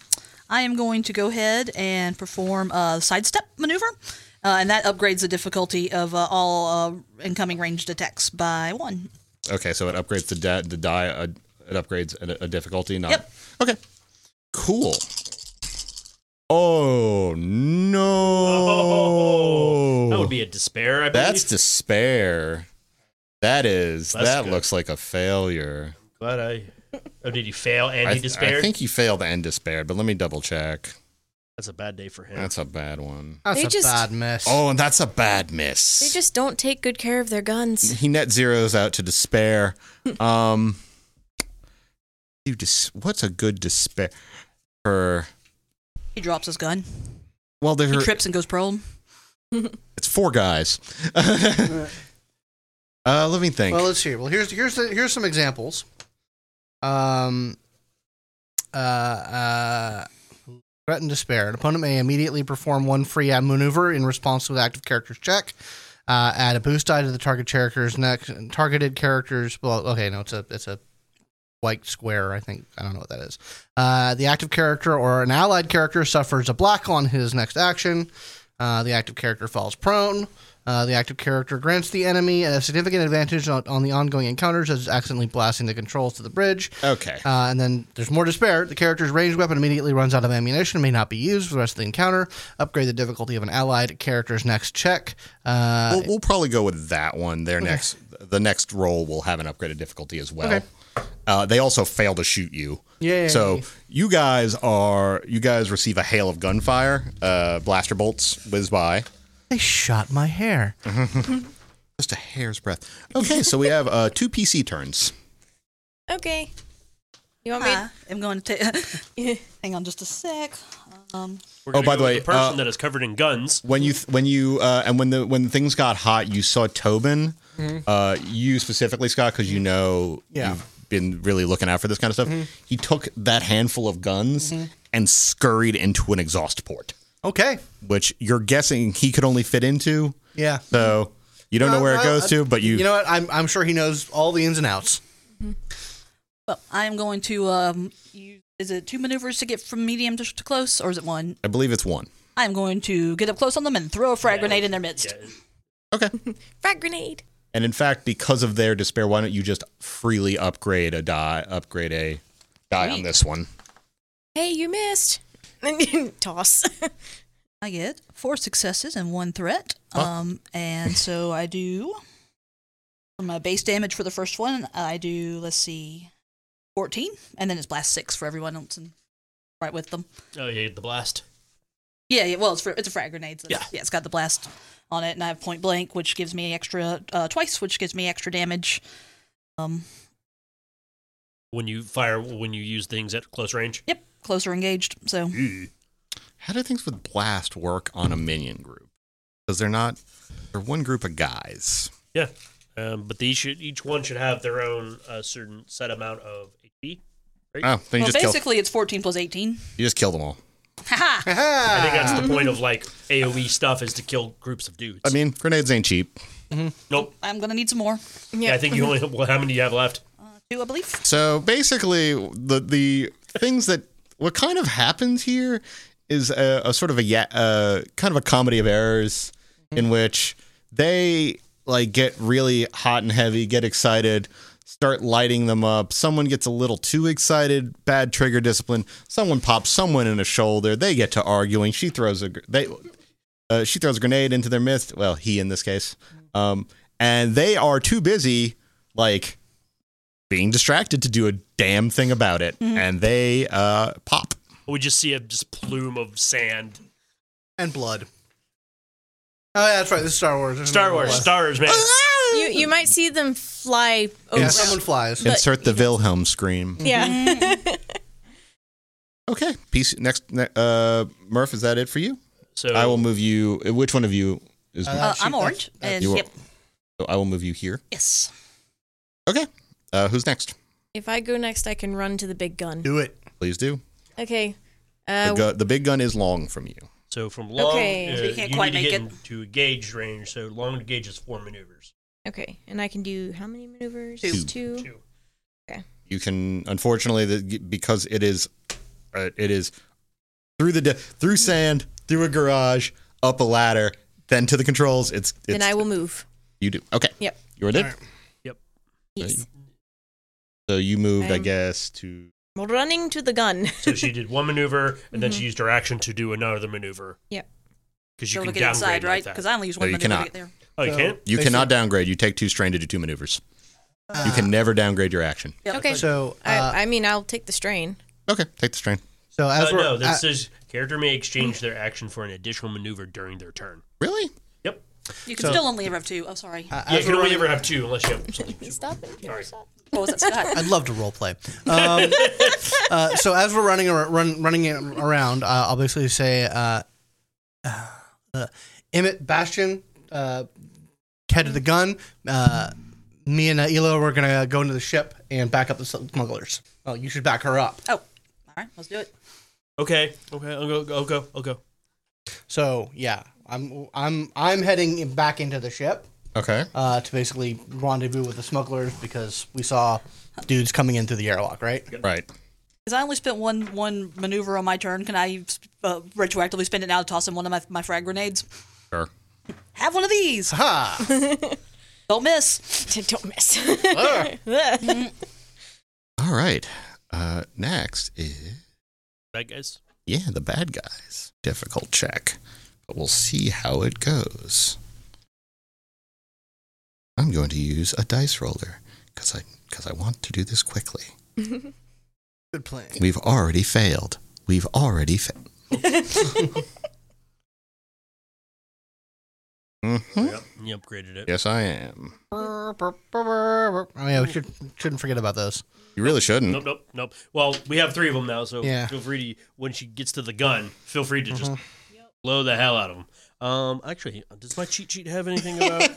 I am going to go ahead and perform a sidestep maneuver, uh, and that upgrades the difficulty of uh, all uh, incoming ranged attacks by one.
Okay, so it upgrades the da- the die. Uh, it upgrades a, a difficulty. Not
Yep.
Okay. Cool. Oh no!
That would be a despair. I believe.
That's despair. That is.
That's
that
good.
looks like a failure.
Glad I. Oh, did he fail and
I,
he despaired?
I think he failed and despaired, but let me double check.
That's a bad day for him.
That's a bad one.
That's
They
a
just-
bad miss.
Oh, and that's a bad miss.
They just don't take good care of
[laughs]
their guns.
he net zeros out to despair. Um, dude, dis- what's a good despair? For
He drops his gun.
well,
He
there
trips and goes prone.
it's four guys. [laughs] uh, let me think.
Well, let's see. Well, here's here's the, here's some examples. Um, uh, uh, threaten despair. An opponent may immediately perform one free ad maneuver in response to an active character's check. Uh, add a boost die to the target character's next targeted character's. Well, okay, no, it's a it's a white square. I think I don't know what that is. Uh, the active character or an allied character suffers a block on his next action. Uh, the active character falls prone. Uh, the active character grants the enemy a significant advantage on, on the ongoing encounters as it's accidentally blasting the controls to the bridge.
okay,
Uh, and then there's more despair. The character's ranged weapon immediately runs out of ammunition and may not be used for the rest of the encounter. Upgrade the difficulty of an allied character's next check. Uh,
we'll, we'll probably go with that one. Their next, the next roll will have an upgraded difficulty as well.
Okay.
Uh, they also fail to shoot you.
Yay.
So you guys are you guys receive a hail of gunfire. Uh, blaster bolts whiz by.
they shot my hair.
Just a hair's breadth. Okay, so we have uh, two PC turns.
Okay. You want
I am going to take. [laughs]
me?
hang on just a sec. Um,
We're gonna
by
go
the
with
way,
the person
uh,
that is covered in guns.
when you when you uh, and when the when things got hot, you saw Tobin. Uh, you specifically, Scott, because you know
Yeah. Mm-hmm.
you've been really looking out for this kind of stuff. He took that handful of guns and scurried into an exhaust port,
Okay.
which you're guessing he could only fit into.
Yeah.
So you don't know where it
Well,
goes
I-
to, but you,
You know what? I'm, I'm sure he knows all the ins and outs.
well, I am going to. Um, use, is it two maneuvers to get from medium to, to close, or is it one?
I believe it's one.
I am going to get up close on them and throw a frag grenade in their midst.
Yeah,
Okay.
Frag grenade.
and in fact, because of their despair, why don't you just freely upgrade a die, upgrade a die on
Sweet.
this one?
Hey, you missed. [laughs] And toss. [laughs]
I get four successes and one threat.
Huh.
Um, and so I do for my base damage for the first one. I do let's see, fourteen, and then it's blast six for everyone else and right with them.
oh, yeah, the blast.
Yeah, yeah. Well, it's for, it's a frag grenade. So it's-
Yeah.
yeah, it's got the blast on it, and I have point blank, which gives me extra uh, twice, which gives me extra damage. Um,
when you fire when you use things at close range.
Yep, closer engaged. So
How do things with blast work on a minion group? Because they're not they're one group of guys.
Yeah, um, but these should each one should have their own uh, certain set amount of HP.
Oh, then you
well,
just kill
basically, it's 14 plus 18. [laughs]
you just kill them all.
Haha.
[laughs] I think that's the point of like AOE stuff is to kill groups of dudes.
I mean, grenades ain't cheap.
nope.
I'm gonna need some more.
Yeah, I think you only [laughs] have, well, how many do you have left?
Two, I believe.
So basically, the the things that what kind of happens here is a, a sort of a ya- uh, kind of a comedy of errors in which they like get really hot and heavy, get excited, start lighting them up. Someone gets a little too excited, bad trigger discipline. Someone pops someone in the shoulder. They get to arguing. She throws a gr- they uh, she throws a grenade into their midst. Well, he in this case, um, and they are too busy like being distracted to do a damn thing about it,
Mm-hmm.
and they uh, pop.
We just see a just plume of sand.
and blood. Oh, yeah, that's right. This is Star Wars. There's
Star
another
Wars,
one.
stars, man.
You you might see them fly over.
Yeah,
Yes.
[laughs] someone flies.
But-
Insert the Wilhelm scream.
Yeah.
Okay, peace. Next, ne- uh, Murph, is that it for you?
So
I will move you. uh, Which one of you is?
Uh,
Uh,
shoot,
I'm
that's-
orange.
that's-
and
you are-
yep.
I will move you here.
Yes.
Okay. Uh, who's next?
[laughs] if I go next, I can run to the big gun.
Do it.
Please do.
Okay.
The,
Uh,
gu- the big gun is long from you.
so from long,
Okay.
uh,
So
you
you,
can't
need
quite
to
make
get
it.
into gauge range. So long to gauge is four maneuvers.
okay, and I can do how many maneuvers?
Two.
Two.
Two.
You can, unfortunately, the, because it is, uh, it is through the de- through sand, through a garage, up a ladder, then to the controls. It's, it's
Then I will move.
You do. Okay.
Yep.
You are did.
All right.
Yes.
So you moved, I
I'm-
guess, to
Well, running to the gun.
So
[laughs]
she did one maneuver, and then she used her action to do another maneuver.
Yep.
Because you
Still
can
to get
downgrade
inside, right?
Like
Because
that.
I only use
No,
one
you
maneuver
cannot.
to get there.
Oh, you
So-
can't.
you
Basically-
cannot downgrade. You take two strain to do two maneuvers. you can never downgrade your action.
Yeah.
Okay.
So, uh,
I, I mean, I'll take the strain.
Okay, take the strain.
so as
Uh,
we're
no,
uh,
this is character may exchange their action for an additional maneuver during their turn.
Really?
Yep.
You can
So-
still only ever have two. Oh,
[laughs]
sorry.
yeah,
uh, as
you can
we're
only
running-
ever have two unless you have something. super-
Stop it.
Sorry.
What was
[laughs]
that, Scott?
I'd love to role play. Um, uh, so as we're running ar- run, running it around, uh, I'll basically say, uh, uh, Emmett Bastion, uh, head to the gun. Uh, me and uh, Elo, we're gonna go into the ship and back up the smugglers. Oh, you should back her up.
Oh, all right. Let's do it.
Okay. Okay. I'll go. I'll go. I'll go.
So yeah, I'm I'm I'm heading back into the ship
Okay.
uh, to basically rendezvous with the smugglers because we saw dudes coming in through the airlock, right?
Right.
Because I only spent one one maneuver on my turn. Can I uh, retroactively spend it now to toss in one of my, my frag grenades?
Sure.
Have one
[laughs]
of these.
Ha!
Don't miss.
[laughs] Don't miss.
Ah.
All right. Uh, next is
That guys.
yeah, the bad guys. Difficult check, but we'll see how it goes. I'm going to use a dice roller because I because I want to do this quickly.
Good plan.
We've already failed. We've already failed. [laughs] mm-hmm.
Yep. You upgraded it.
Yes, I am.
Oh yeah, we should shouldn't forget about those.
You really shouldn't.
Nope. Nope. Nope. Well, we have three of them now, so
Yeah. Uh-huh.
feel free to when she gets to the gun, feel free to just blow the hell out of them. Um, actually, does my cheat sheet have anything about?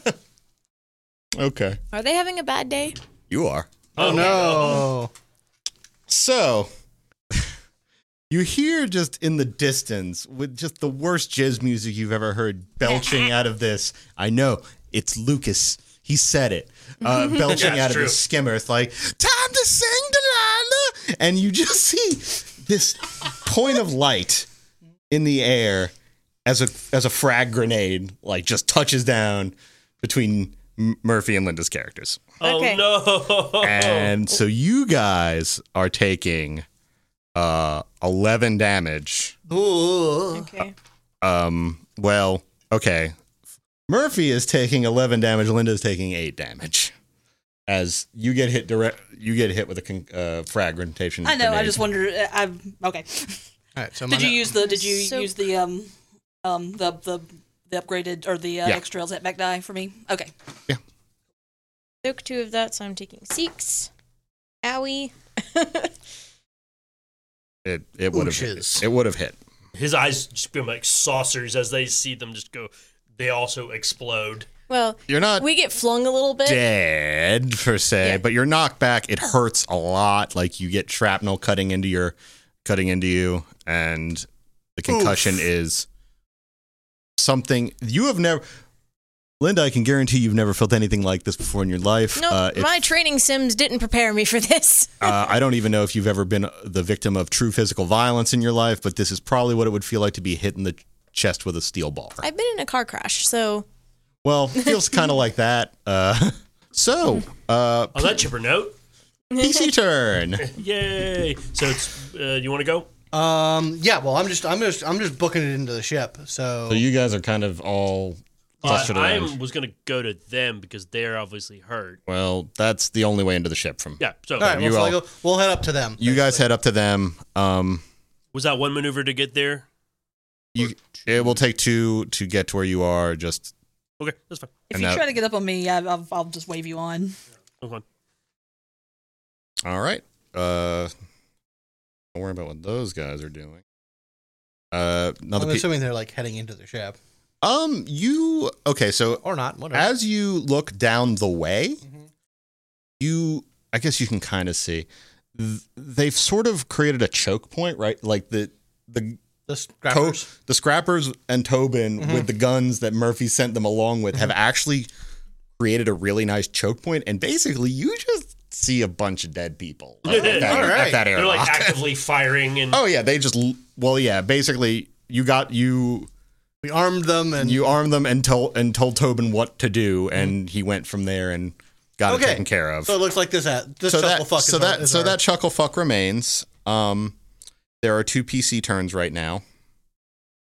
Okay.
[laughs] Are they having a bad day?
You are.
[laughs] Oh
Okay.
no!
So, [laughs] you hear just in the distance with just the worst jazz music you've ever heard belching out of this. I know it's Lucas. He said it. Uh, belching
Yeah,
out of
true.
his skimmer. It's like, time to sing Delilah. And you just [laughs] see this point of light in the air as a as a frag grenade like just touches down between M- Murphy and Linda's characters.
Oh
Okay.
no.
And so you guys are taking uh 11 damage.
Ooh.
Okay.
Um well, okay. Murphy is taking 11 damage, Linda is taking 8 damage. As you get hit direct you get hit with a con- uh, fragmentation.
I know. I
grenade.
just wonder. uh, I'm okay.
All right. So
Did you use the? Did you
So-
use the um um the the the upgraded or the uh,
Yeah.
extra setback die for me? Okay.
Took two of that, so I'm taking six. Owie. [laughs]
It it would have hit.
Ooches.
it would have hit.
His eyes just become like saucers as they see them just go. They also explode.
well,
You're not
we get flung a little [laughs] bit.
dead per se,
Yeah.
but you're knocked back. It hurts a lot. Like you get shrapnel cutting into your cutting into you, and the concussion is something you have never. Linda, I can guarantee you've never felt anything like this before in your life.
No,
Uh, it-
my training sims didn't prepare me for this.
uh, I don't even know if you've ever been the victim of true physical violence in your life, but this is probably what it would feel like to be hit in the chest with a steel ball.
I've been in a car crash, so
Well, feels kind of like that. Uh, [laughs] so,
[laughs]
uh,
On that chipper note,
PC turn.
yay! So it's uh, you want to go?
Um. Yeah. Well, I'm just, I'm just, I'm just booking it into the ship. So,
So you guys are kind of all
Uh,
clustered
I
around.
was gonna go to them because they're obviously hurt.
Well, that's the only way into the ship from.
Yeah. So
all right.
you
Well, so I
all-
go, we'll head up to them.
You guys head up to them. Um,
was that one maneuver to get there?
you, it will take two to get to where you are. Just
Okay, that's fine.
If
And
you
that-
try to get up on me, I, I'll, I'll just wave you on.
That's fine.
all right. Uh, don't worry about what those guys are doing. Uh, another.
I'm
pe-
assuming they're like heading into the ship
um, you okay? So
or not. Whatever. Mm-hmm.
as you look down the way, you I guess you can kind of see th- they've sort of created a choke point, right? Like the the
the
To-
scrappers.
the scrappers and Tobin
Mhm.
with the guns that Murphy sent them along with
Mm-hmm.
have actually created a really nice choke point, and basically you just see a bunch of dead
[laughs]
people at that,
All
at
right.
that
They're like
[laughs] airlock.
actively firing and
oh yeah, they just l- well yeah, basically you got you
We armed them and
you armed them and told and told Tobin what to do, and he went from there and got it
Okay.
taken care of.
So it looks like this. At this chuckle
that,
fuck.
so
is
that
our, is
so
our-
that chuckle fuck remains. Um, there are two PC turns right now.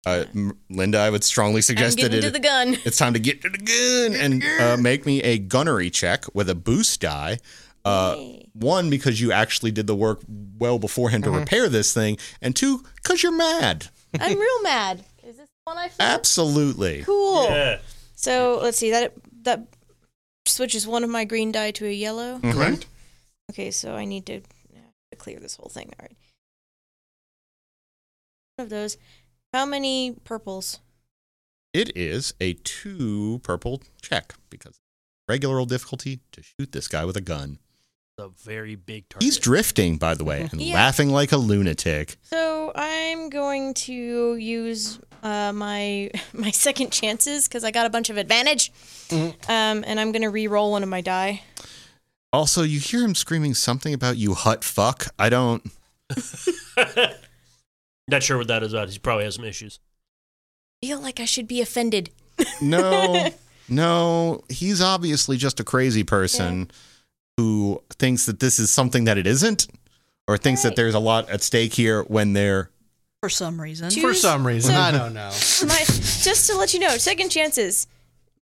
Uh, M- Linda, I would strongly
I'm
suggest that
getting
it,
to
[laughs]
the gun.
it's time to get to the gun and uh, make me a gunnery check with a boost die. Uh,
Yay.
one because you actually did the work well beforehand
Mm-hmm.
to repair this thing, and two because you're mad.
I'm real mad. Is this the one I feel?
Absolutely.
Cool.
yeah.
So let's see that that switches one of my green die to a yellow.
Correct.
Okay, so I need to to clear this whole thing. All right. One of those. How many purples?
Mm-hmm. It is a two purple check because regular old difficulty to shoot this guy with a gun.
a very big target.
He's drifting, by the way, and
[laughs] Yeah.
laughing like a lunatic.
So I'm going to use uh, my [laughs] my second chances because I got a bunch of advantage, um, and I'm gonna re-roll one of my die.
Also, you hear him screaming something about you hut fuck. I don't.
[laughs] Not sure what that is about. He probably has some issues.
feel like I should be offended. [laughs]
No, no. He's obviously just a crazy person who thinks that this is something that it isn't, or thinks that
Right.
there's a lot at stake here when they're.
For some reason. Oh.
[laughs]
Two-
for some reason
So-
I don't know.
My, just to let you know, second chances.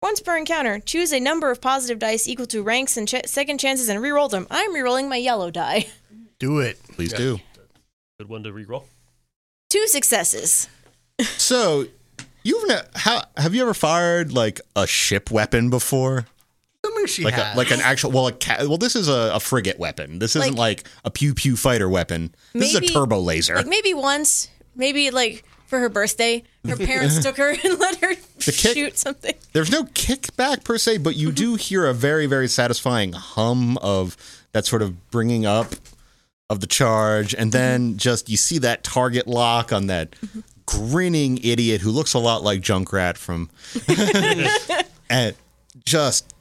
Once per encounter, choose a number of positive dice equal to ranks and ch- second chances and re-roll them. I'm re-rolling my yellow die. [laughs]
Do it.
Please [laughs] do.
Good one to re-roll.
Two successes.
So, you've ne- how have you ever fired like a ship weapon before?
Something she
like
has.
a, like an actual well a ca- well this is a, a frigate weapon this isn't like,
Like-
a pew pew fighter weapon this
Maybe-
is a turbo laser
Like maybe once, maybe like for her birthday, her parents took her and let her
kick-
shoot something.
there's no kickback per se but you do hear a very very satisfying hum of that sort of bringing up of the charge and then just you see that target lock on that grinning idiot who looks a lot like Junkrat from and just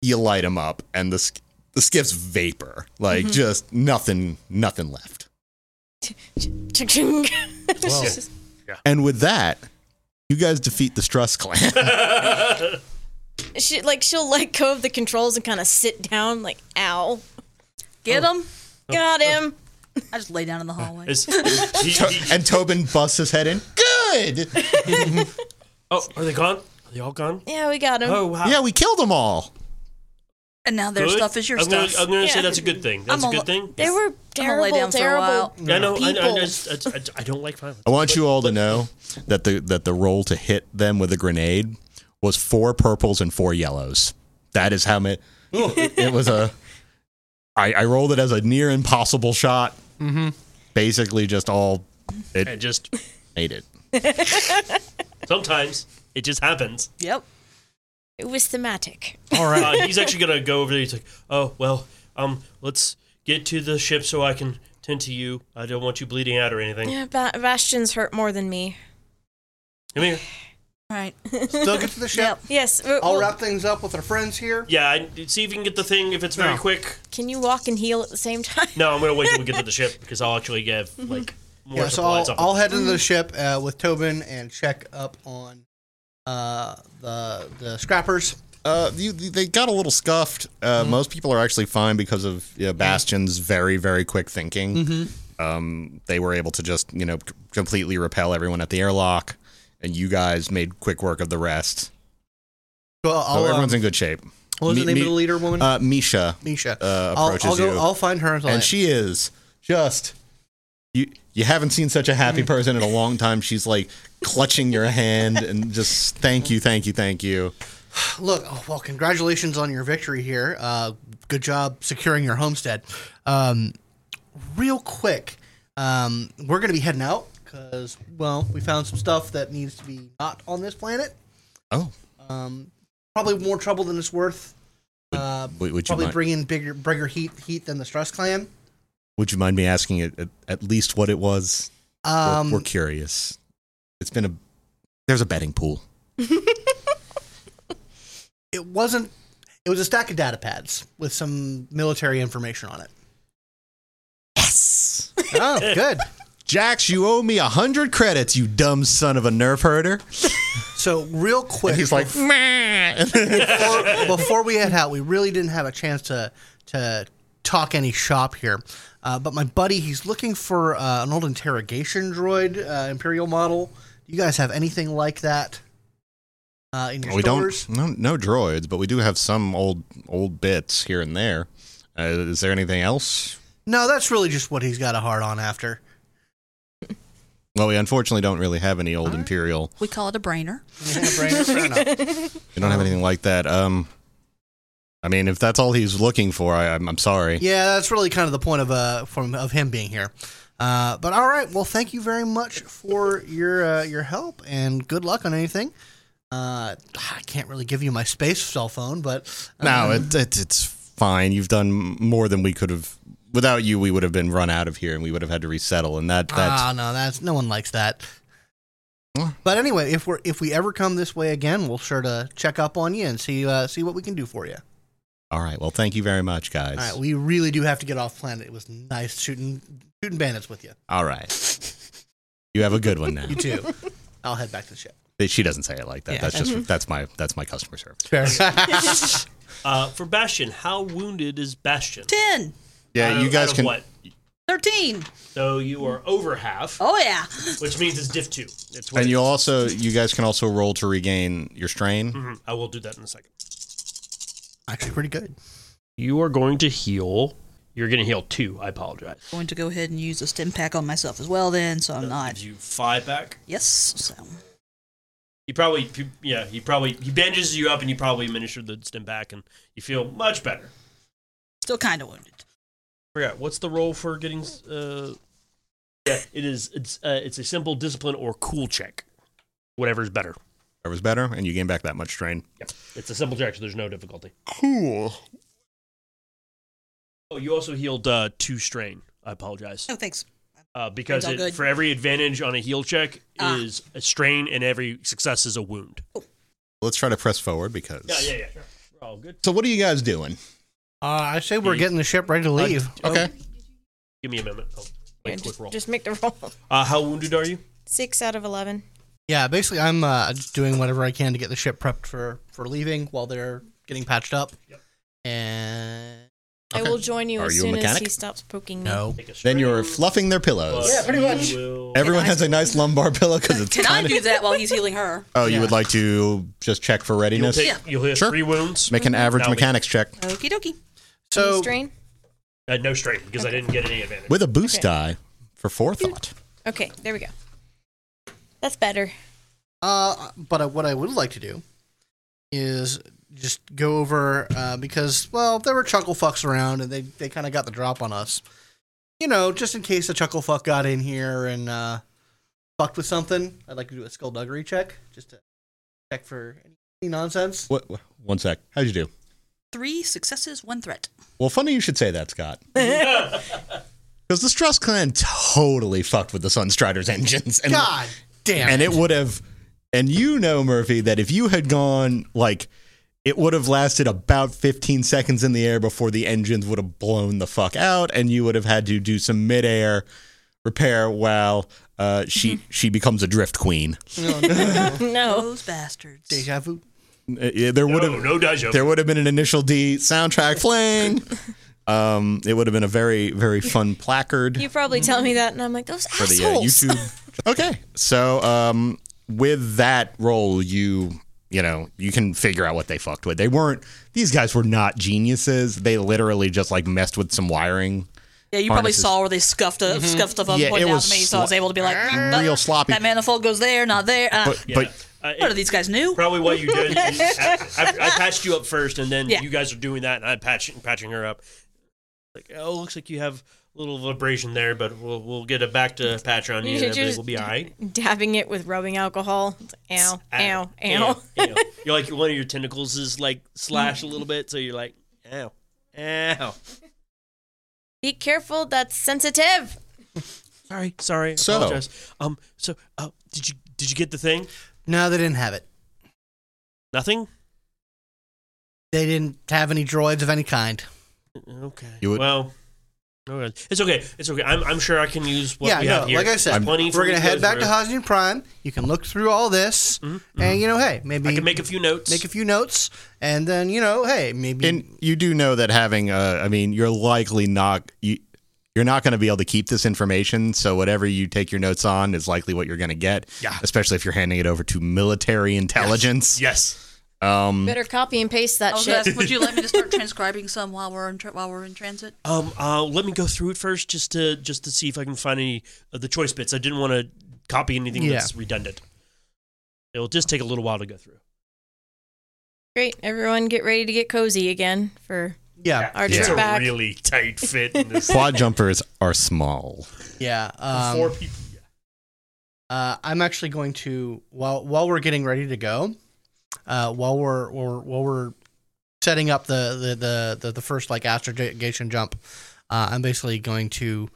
you light him up and the sk- the skiff's vapor like just nothing nothing left
Cha-ching. [laughs]
And with that, you guys defeat the Struss clan.
she like she'll let go of the controls and kind of sit down. Like, ow,
Get him.
got him.
I just lay down in the hallway.
Is- he- he-
and Tobin busts his head in. Good.
oh, are they gone? Are they all gone?
Yeah, we got him.
Oh wow.
Yeah, we killed them all.
and now their
Good.
stuff is your
I'm
stuff.
Gonna, I'm gonna say
Yeah.
that's a good thing. That's
I'm
a
all-
good thing.
They were
gonna lay
terrible,
down for a
terrible.
while.
I know. I, I, I,
people.
just- I, I- I don't like violence.
I want you all to know that the that the roll to hit them with a grenade was four purples and four yellows. That is how many. It was a. I, I rolled it as a near impossible shot.
Mm-hmm.
Basically, just all
It
it
just
made it.
sometimes it just happens.
Yep.
It was thematic.
All right.
Uh, he's actually gonna go over there. He's like, "Oh well, um, let's get to the ship so I can tend to you. I don't want you bleeding out or anything."
Yeah, ba- Bastion's hurt more than me.
Come here.
All right.
Still get to the ship.
Yep.
Yes. w-
I'll
well,
wrap things up with our friends here.
Yeah, I, see if you can get the thing. If it's very
No.
quick.
Can you walk and heal at the same time?
No, I'm gonna wait till we get to the ship because I'll actually give
Mm-hmm.
like more
Yeah, so I'll,
supplies. off the-
I'll head into the ship uh, with Tobin and check up on uh, the the scrappers.
Uh, you, they got a little scuffed. Uh, Most people are actually fine because of you know, Bastion's very, very quick thinking. Um, they were able to just, you know, c- completely repel everyone at the airlock, and you guys made quick work of the rest.
Well,
So
I'll,
everyone's
um,
in good shape.
what was
me-
the name
me-
of the leader woman?
Uh, Misha
Misha.
uh,
I'll,
approaches
I'll go.
you,
I'll find her. And,
and she is just you. You haven't seen such a
Mm.
happy person in a long time. She's like clutching your hand and just thank you, thank you, thank you.
look. Oh, well, congratulations on your victory here. Uh, good job securing your homestead. Um, real quick, um, we're gonna be heading out because well, we found some stuff that needs to be not on this planet.
Oh,
Um, probably more trouble than it's worth. Uh,
would, would you
probably
mind,
bring in bigger, bigger heat, heat than the Stress Clan.
would you mind me asking at, at, at least what it was? We're,
Um,
we're curious. It's been a there's a betting pool.
it wasn't. It was a stack of data pads with some military information on it.
Yes,
Oh, good.
Jax, you owe me a hundred credits, you dumb son of a nerf herder.
So real quick,
And he's
[laughs]
like, [laughs]
before, before we head out, we really didn't have a chance to to talk any shop here. Uh, but my buddy, he's looking for uh, an old interrogation droid, uh, Imperial model. Do you guys have anything like that uh, in your
we
stores?
don't no no droids, but we do have some old old bits here and there. Uh, is there anything else?
No, that's really just what he's got a hard on after.
Well, we unfortunately don't really have any old imperial.
We call it a brainer.
[laughs] Fair enough.
We don't have
Oh.
anything like that. Um, I mean, if that's all he's looking for, I, I'm, I'm sorry.
Yeah, that's really kind of the point of uh from of him being here. Uh, but all right, well, thank you very much for your uh, your help and good luck on anything. Uh, I can't really give you my space cell phone, but um,
No,
Uh-huh.
it, it, it's fine. You've done more than we could have. Without you, we would have been run out of here, and we would have had to resettle. And that that's
ah, no, that's no one likes that.
Mm.
But anyway, if we're if we ever come this way again, we'll sure to check up on you and see uh, see what we can do for you.
all right. Well, thank you very much, guys.
All right, we really do have to get off planet. It was nice shooting shooting bandits with you.
all right. You have a good
[laughs]
one now.
You too.
[laughs]
I'll head back to the ship.
She doesn't say it like that.
Yeah.
That's just that's my that's my customer service.
Fair.
Uh, for Bastion, how wounded is Bastion?
10,
Yeah,
Out of-
you
out
guys
of
can.
What?
13.
So you are over half,
Oh, yeah.
which means it's diff two. It's what
And
it-
you also you guys can also roll to regain your strain.
Mhm, I will do that in a second.
Actually, pretty good.
You are going to heal. You're going to heal two. I apologize.
Going to go ahead and use a stim pack on myself as well, then, so I'm
That
not.
gives you five back.
Yes. So.
He probably, he- yeah, he probably he bandages you up, and you probably administered the stim back, and you feel much better.
Still kind of wounded.
Forgot what's the role for getting? Uh, yeah, it is. It's uh, it's a simple discipline or cool check, whatever's better.
That was better, and you gain back that much strain.
Yeah, it's a simple check, so there's no difficulty.
Cool.
Oh, you also healed uh, two strain. I apologize
No, thanks.
uh, because
It's Oh, all
it,
good.
for every advantage on a heal check
Ah.
is a strain, and every success is a wound.
Let's try to press forward because.
Yeah, yeah, yeah. Sure. We're all good.
So what are you guys doing?
Uh, I say we're getting the ship ready to leave.
Uh,
Okay.
give me a moment. I'll
Yeah, [laughs]
make a quick
just,
roll.
just make the roll. [laughs]
Uh, how wounded are you?
Six out of eleven.
yeah, basically, I'm uh, just doing whatever I can to get the ship prepped for for leaving while they're getting patched up. And
I
Okay.
will join you
Are
as
you a
soon as
mechanic?
he stops poking me.
no,
Take a
Then you're
strain,
fluffing their pillows.
but
Yeah, pretty
you
much.
will-
Everyone has a nice lumbar pillow because it's
Can I
kind
do
of.
that while he's healing her?
Oh, you
Yeah.
would like to just check for
You'll
readiness?
take. You'll hit
Sure.
three wounds.
Make an average
Now we-
mechanics check
[laughs] Okie dokie.
so
strain.
Uh, no strain because I didn't get any advantage.
with a boost
Okay.
die for forethought.
Okay, there we go. That's better. [laughs]
Uh, but I, what I would like to do is just go over uh, because well there were chuckle fucks around and they they kind of got the drop on us you know just in case a chuckle fuck got in here and uh fucked with something i'd like to do a skullduggery check just to check for any nonsense
What, one sec. How'd you do?
Three successes, one threat.
Well, funny you should say that, Scott. Because the Strauss clan totally fucked with the Sunstrider's engines. And,
god damn
and it would have. And you know, Murphy, that if you had gone, like, it would have lasted about 15 seconds in the air before the engines would have blown the fuck out, and you would have had to do some midair repair while uh, she she becomes a drift queen.
no.
Those bastards.
deja vu
Uh, yeah, There would have
Oh, no dajo.
there would have been an initial D soundtrack playing. Um, it would have been a very very fun placard.
You probably tell me that, and I'm like, those
for
assholes.
the uh, YouTube. [laughs] okay, so um, with that role, you you know you can figure out what they fucked with. They weren't; these guys were not geniuses. They literally just like messed with some wiring.
Yeah, you probably
Harnesses.
saw where they scuffed up, scuffed stuff up,
Yeah,
and pointed
it
out
was
to me, so I Mm-hmm. was
slo-
able to be like, "Hmm, that-
Real sloppy.
That manifold goes there, not there. Uh,
But but
Uh,
what are these guys new?
Probably what you did. I,
[laughs]
I- I patched you up first, and then
Yeah.
you guys are doing that, and I'm patching patching her up. Like, oh, looks like you have a little vibration there, but we'll we'll get it back to patch on you,
You
and
should
everything
just-
will be all right.
Dabbing it with rubbing alcohol. It's like, [laughs] ow, ow, ow. [laughs]
ow, ow. You're like one of your tentacles is like slashed a little bit, so you're like, ow, ow.
Be careful, that's sensitive.
Sorry, sorry.
So-
apologize. um, so uh, did you did you get the thing?
no they didn't have it
Nothing.
they didn't have any droids of any kind
Okay.
You would-
Well. Okay. It's okay. It's okay. I'm, I'm sure I can use what
yeah
we
no,
have here.
like i
There's
said
plenty for
we're
you
gonna head
guys,
back
Ruth.
to Hosnian prime you can look through all this and you know hey maybe
mm-hmm. I can make a few notes.
make a few notes, and then you know, hey, maybe
and you do know that having uh, I mean, you're likely not you. You're not going to be able to keep this information, so whatever you take your notes on is likely what you're going to get.
Yeah.
Especially if you're handing it over to military intelligence.
yes.
Um,
Better copy and paste
I
that
was gonna
shit.
ask, Oh, would you let me to [laughs] start transcribing some while we're in tra- while we're in transit?
Um. Uh. Let me go through it first, just to just to see if I can find any of the choice bits. I didn't want to copy anything
Yeah.
that's redundant. It'll just take a little while to go through.
[laughs] Great, everyone get ready to get cozy again for
yeah,
our
It's
trip
a
back.
really tight fit. In
[laughs]
this
quad jumpers are small.
yeah. Um,
Four people.
uh, I'm actually going to while while we're getting ready to go, uh, while we're while, we're- while we're setting up the the the the, the first like astrogation jump, uh, I'm basically going to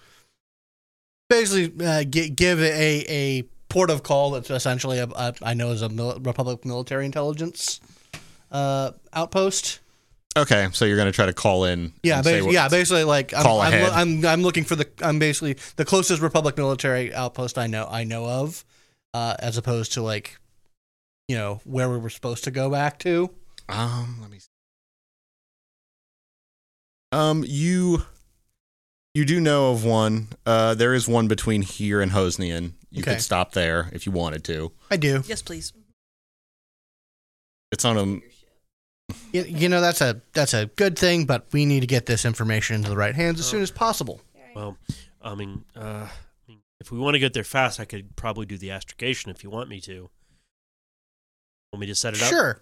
basically uh, gi- give a a port of call that's essentially a, a I know is a mil- Republic military intelligence uh, outpost.
Okay, so you're going to try to call in.
Yeah,
and say
basi-
what-
yeah, basically like I'm,
Call
I'm,
ahead.
I'm I'm looking for the I'm basically the closest Republic military outpost I know I know of, uh, as opposed to like, you know, where we were supposed to go back to.
Um, let me. See. Um, you, you do know of one. Uh, there is one between here and Hosnian. You
Okay.
could stop there if you wanted to.
I do.
Yes, please.
It's on a.
You, you know that's a that's a good thing, but we need to get this information into the right hands as soon as possible.
Well, I mean, uh, I mean, if we want to get there fast, I could probably do the astrogation if you want me to. Want me to set it up?
Sure.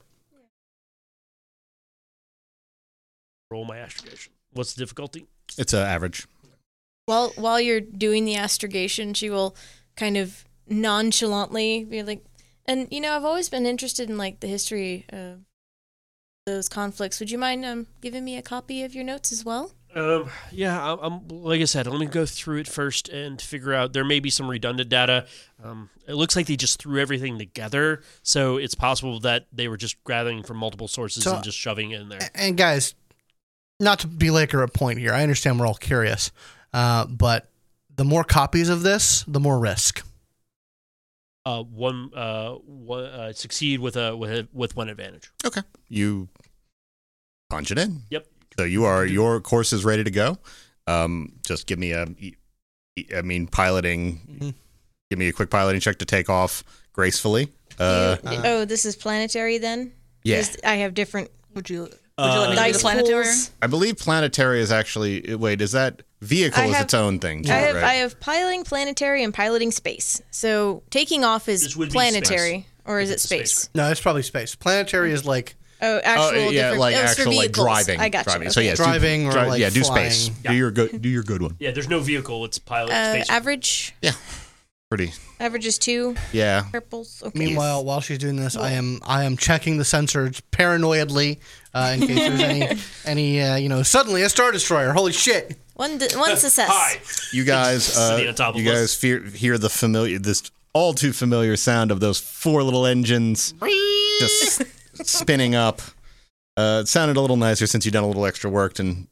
Roll my astrogation. What's the difficulty?
It's a average.
While while you're doing the astrogation, she will kind of nonchalantly be like, and you know, I've always been interested in like the history of those conflicts. Would you mind um, giving me a copy of your notes as well?
Um, yeah, I'm, I'm like I said, let me go through it first and figure out. There may be some redundant data. Um, it looks like they just threw everything together, so it's possible that they were just gathering from multiple sources
So-
and just shoving it in there.
A- And guys, not to belabor a point here, I understand we're all curious, uh, but the more copies of this, the more risk.
Uh, one, uh, one uh, succeed with a with a, with one advantage.
Okay. You punch it in.
Yep.
So you are your course is ready to go. Um, just give me a. e, I mean, piloting.
Mhm.
Give me a quick piloting check to take off gracefully. Uh,
You- oh, this is planetary then.
yeah.
Just- I have different
Would you? Would you
Uh,
let me do the
dice
planetary?
pools.
I believe planetary is actually. Wait, is that vehicle
I
is
have-
its own thing? too,
I have
right?
I have piloting planetary and piloting space. So taking off
This
is
would be
planetary, or is it
It's space.
space?
No, it's probably space. Planetary is like
Oh, actual
oh, yeah,
different.
like
it was
actual
for
like
vehicles.
driving.
I got
driving.
you.
So yes, do-
Driving or,
dri-
like,
yeah, do
flying.
space.
Yeah.
Do your good. Do your good one.
Yeah, there's no vehicle. It's pilot
Uh,
space.
average
Pretty.
average is two
Yeah.
purples. Okay.
Meanwhile, while she's doing this, I am I am checking the sensors paranoidly uh, in case
[laughs]
there's any any uh, you know suddenly a star destroyer. Holy shit!
one di-
[laughs]
one success.
Hi.
You guys.
Sitting
Uh,
on top of
you
us.
guys fear, hear the familiar, this all too familiar sound of those four little engines just spinning up. Uh, it sounded a little nicer since you've done a little extra work and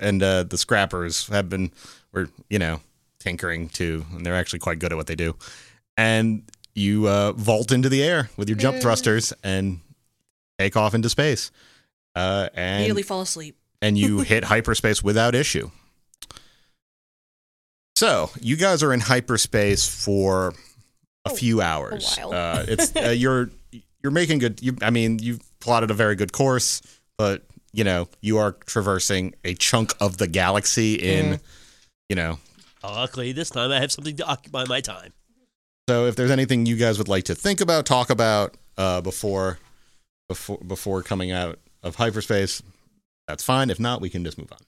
and uh, the scrappers have been were you know tinkering too, and they're actually quite good at what they do. And you uh, vault into the air with your jump thrusters and take off into space. Uh, and
Immediately fall asleep.
and you hit hyperspace without issue. So you guys are in hyperspace for a few hours.
while.
Uh, it's uh, you're you're making good. You, I mean, you've plotted a very good course, but you know you are traversing a chunk of the galaxy in you know.
Luckily, this time I have something to occupy my time.
So if there's anything you guys would like to think about, talk about uh, before before before coming out of hyperspace, that's fine. If not, we can just move on.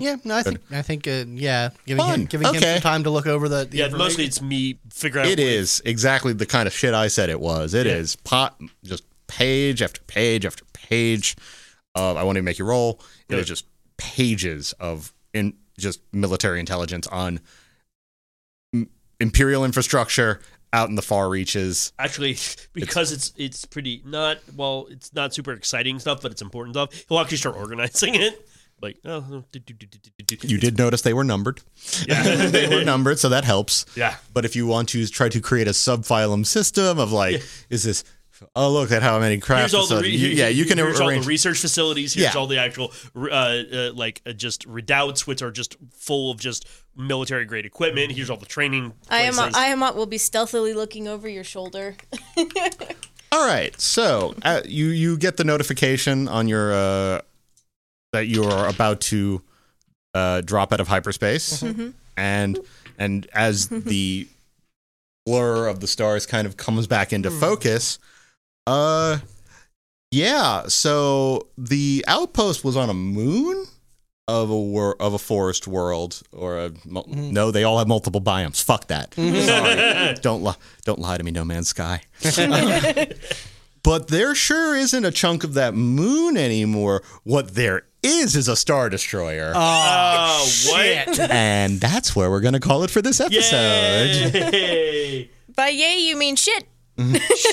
Yeah, no, I think I think uh, yeah, giving
Fun.
him, giving him
Okay.
some time to look over the, the
Yeah,
information.
mostly it's me figuring out.
It is exactly the kind of shit I said it was. It is pot, just page after page after page. Of, I won't even make you roll. It is
Good.
just pages of in just military intelligence on m- imperial infrastructure out in the far reaches.
Actually, [laughs] because it's it's pretty not well, it's not super exciting stuff, but it's important stuff. He'll actually start organizing it. Like, oh, do, do, do, do, do, do.
You did notice they were numbered.
[laughs] Yeah.
they were numbered, so that helps.
yeah.
But if you want to try to create a subphylum system of like, is this? Oh, look at how many crafts.
Here's all the
facility-
re-
you- yeah, you can
here's all the
arrange.
research facilities. Here's
Yeah.
all the actual uh, uh, like uh, just redoubts, which are just full of just military grade equipment. Here's all the training.
I am
places.
I am will be stealthily looking over your shoulder. [laughs]
All right, so uh, you you get the notification on your uh, that you are about to uh, drop out of hyperspace, and and as the blur of the stars kind of comes back into focus, uh, yeah. So the outpost was on a moon of a wor- of a forest world, or a mul- no, they all have multiple biomes. Fuck that. Sorry, don't lie, don't lie to me, No Man's Sky. But there sure isn't a chunk of that moon anymore. What there is is a star destroyer.
[laughs]
Oh, what?
and that's where we're going to call it for this episode.
[laughs] Yay!
By yay, you mean shit.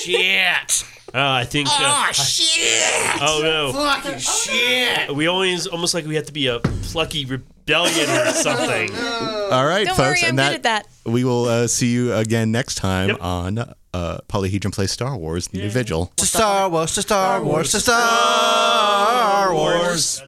shit. Oh, I think. Oh shit! Oh no! Fucking shit! We always almost like we have to be a plucky rebellion [laughs] or something.
[laughs] All right,
Don't
folks,
worry,
and
I'm good at that.
we will uh, see you again next time on uh, Polyhedron Play Star Wars: New Vigil.
To Star Wars, to Star Wars, to Star Wars.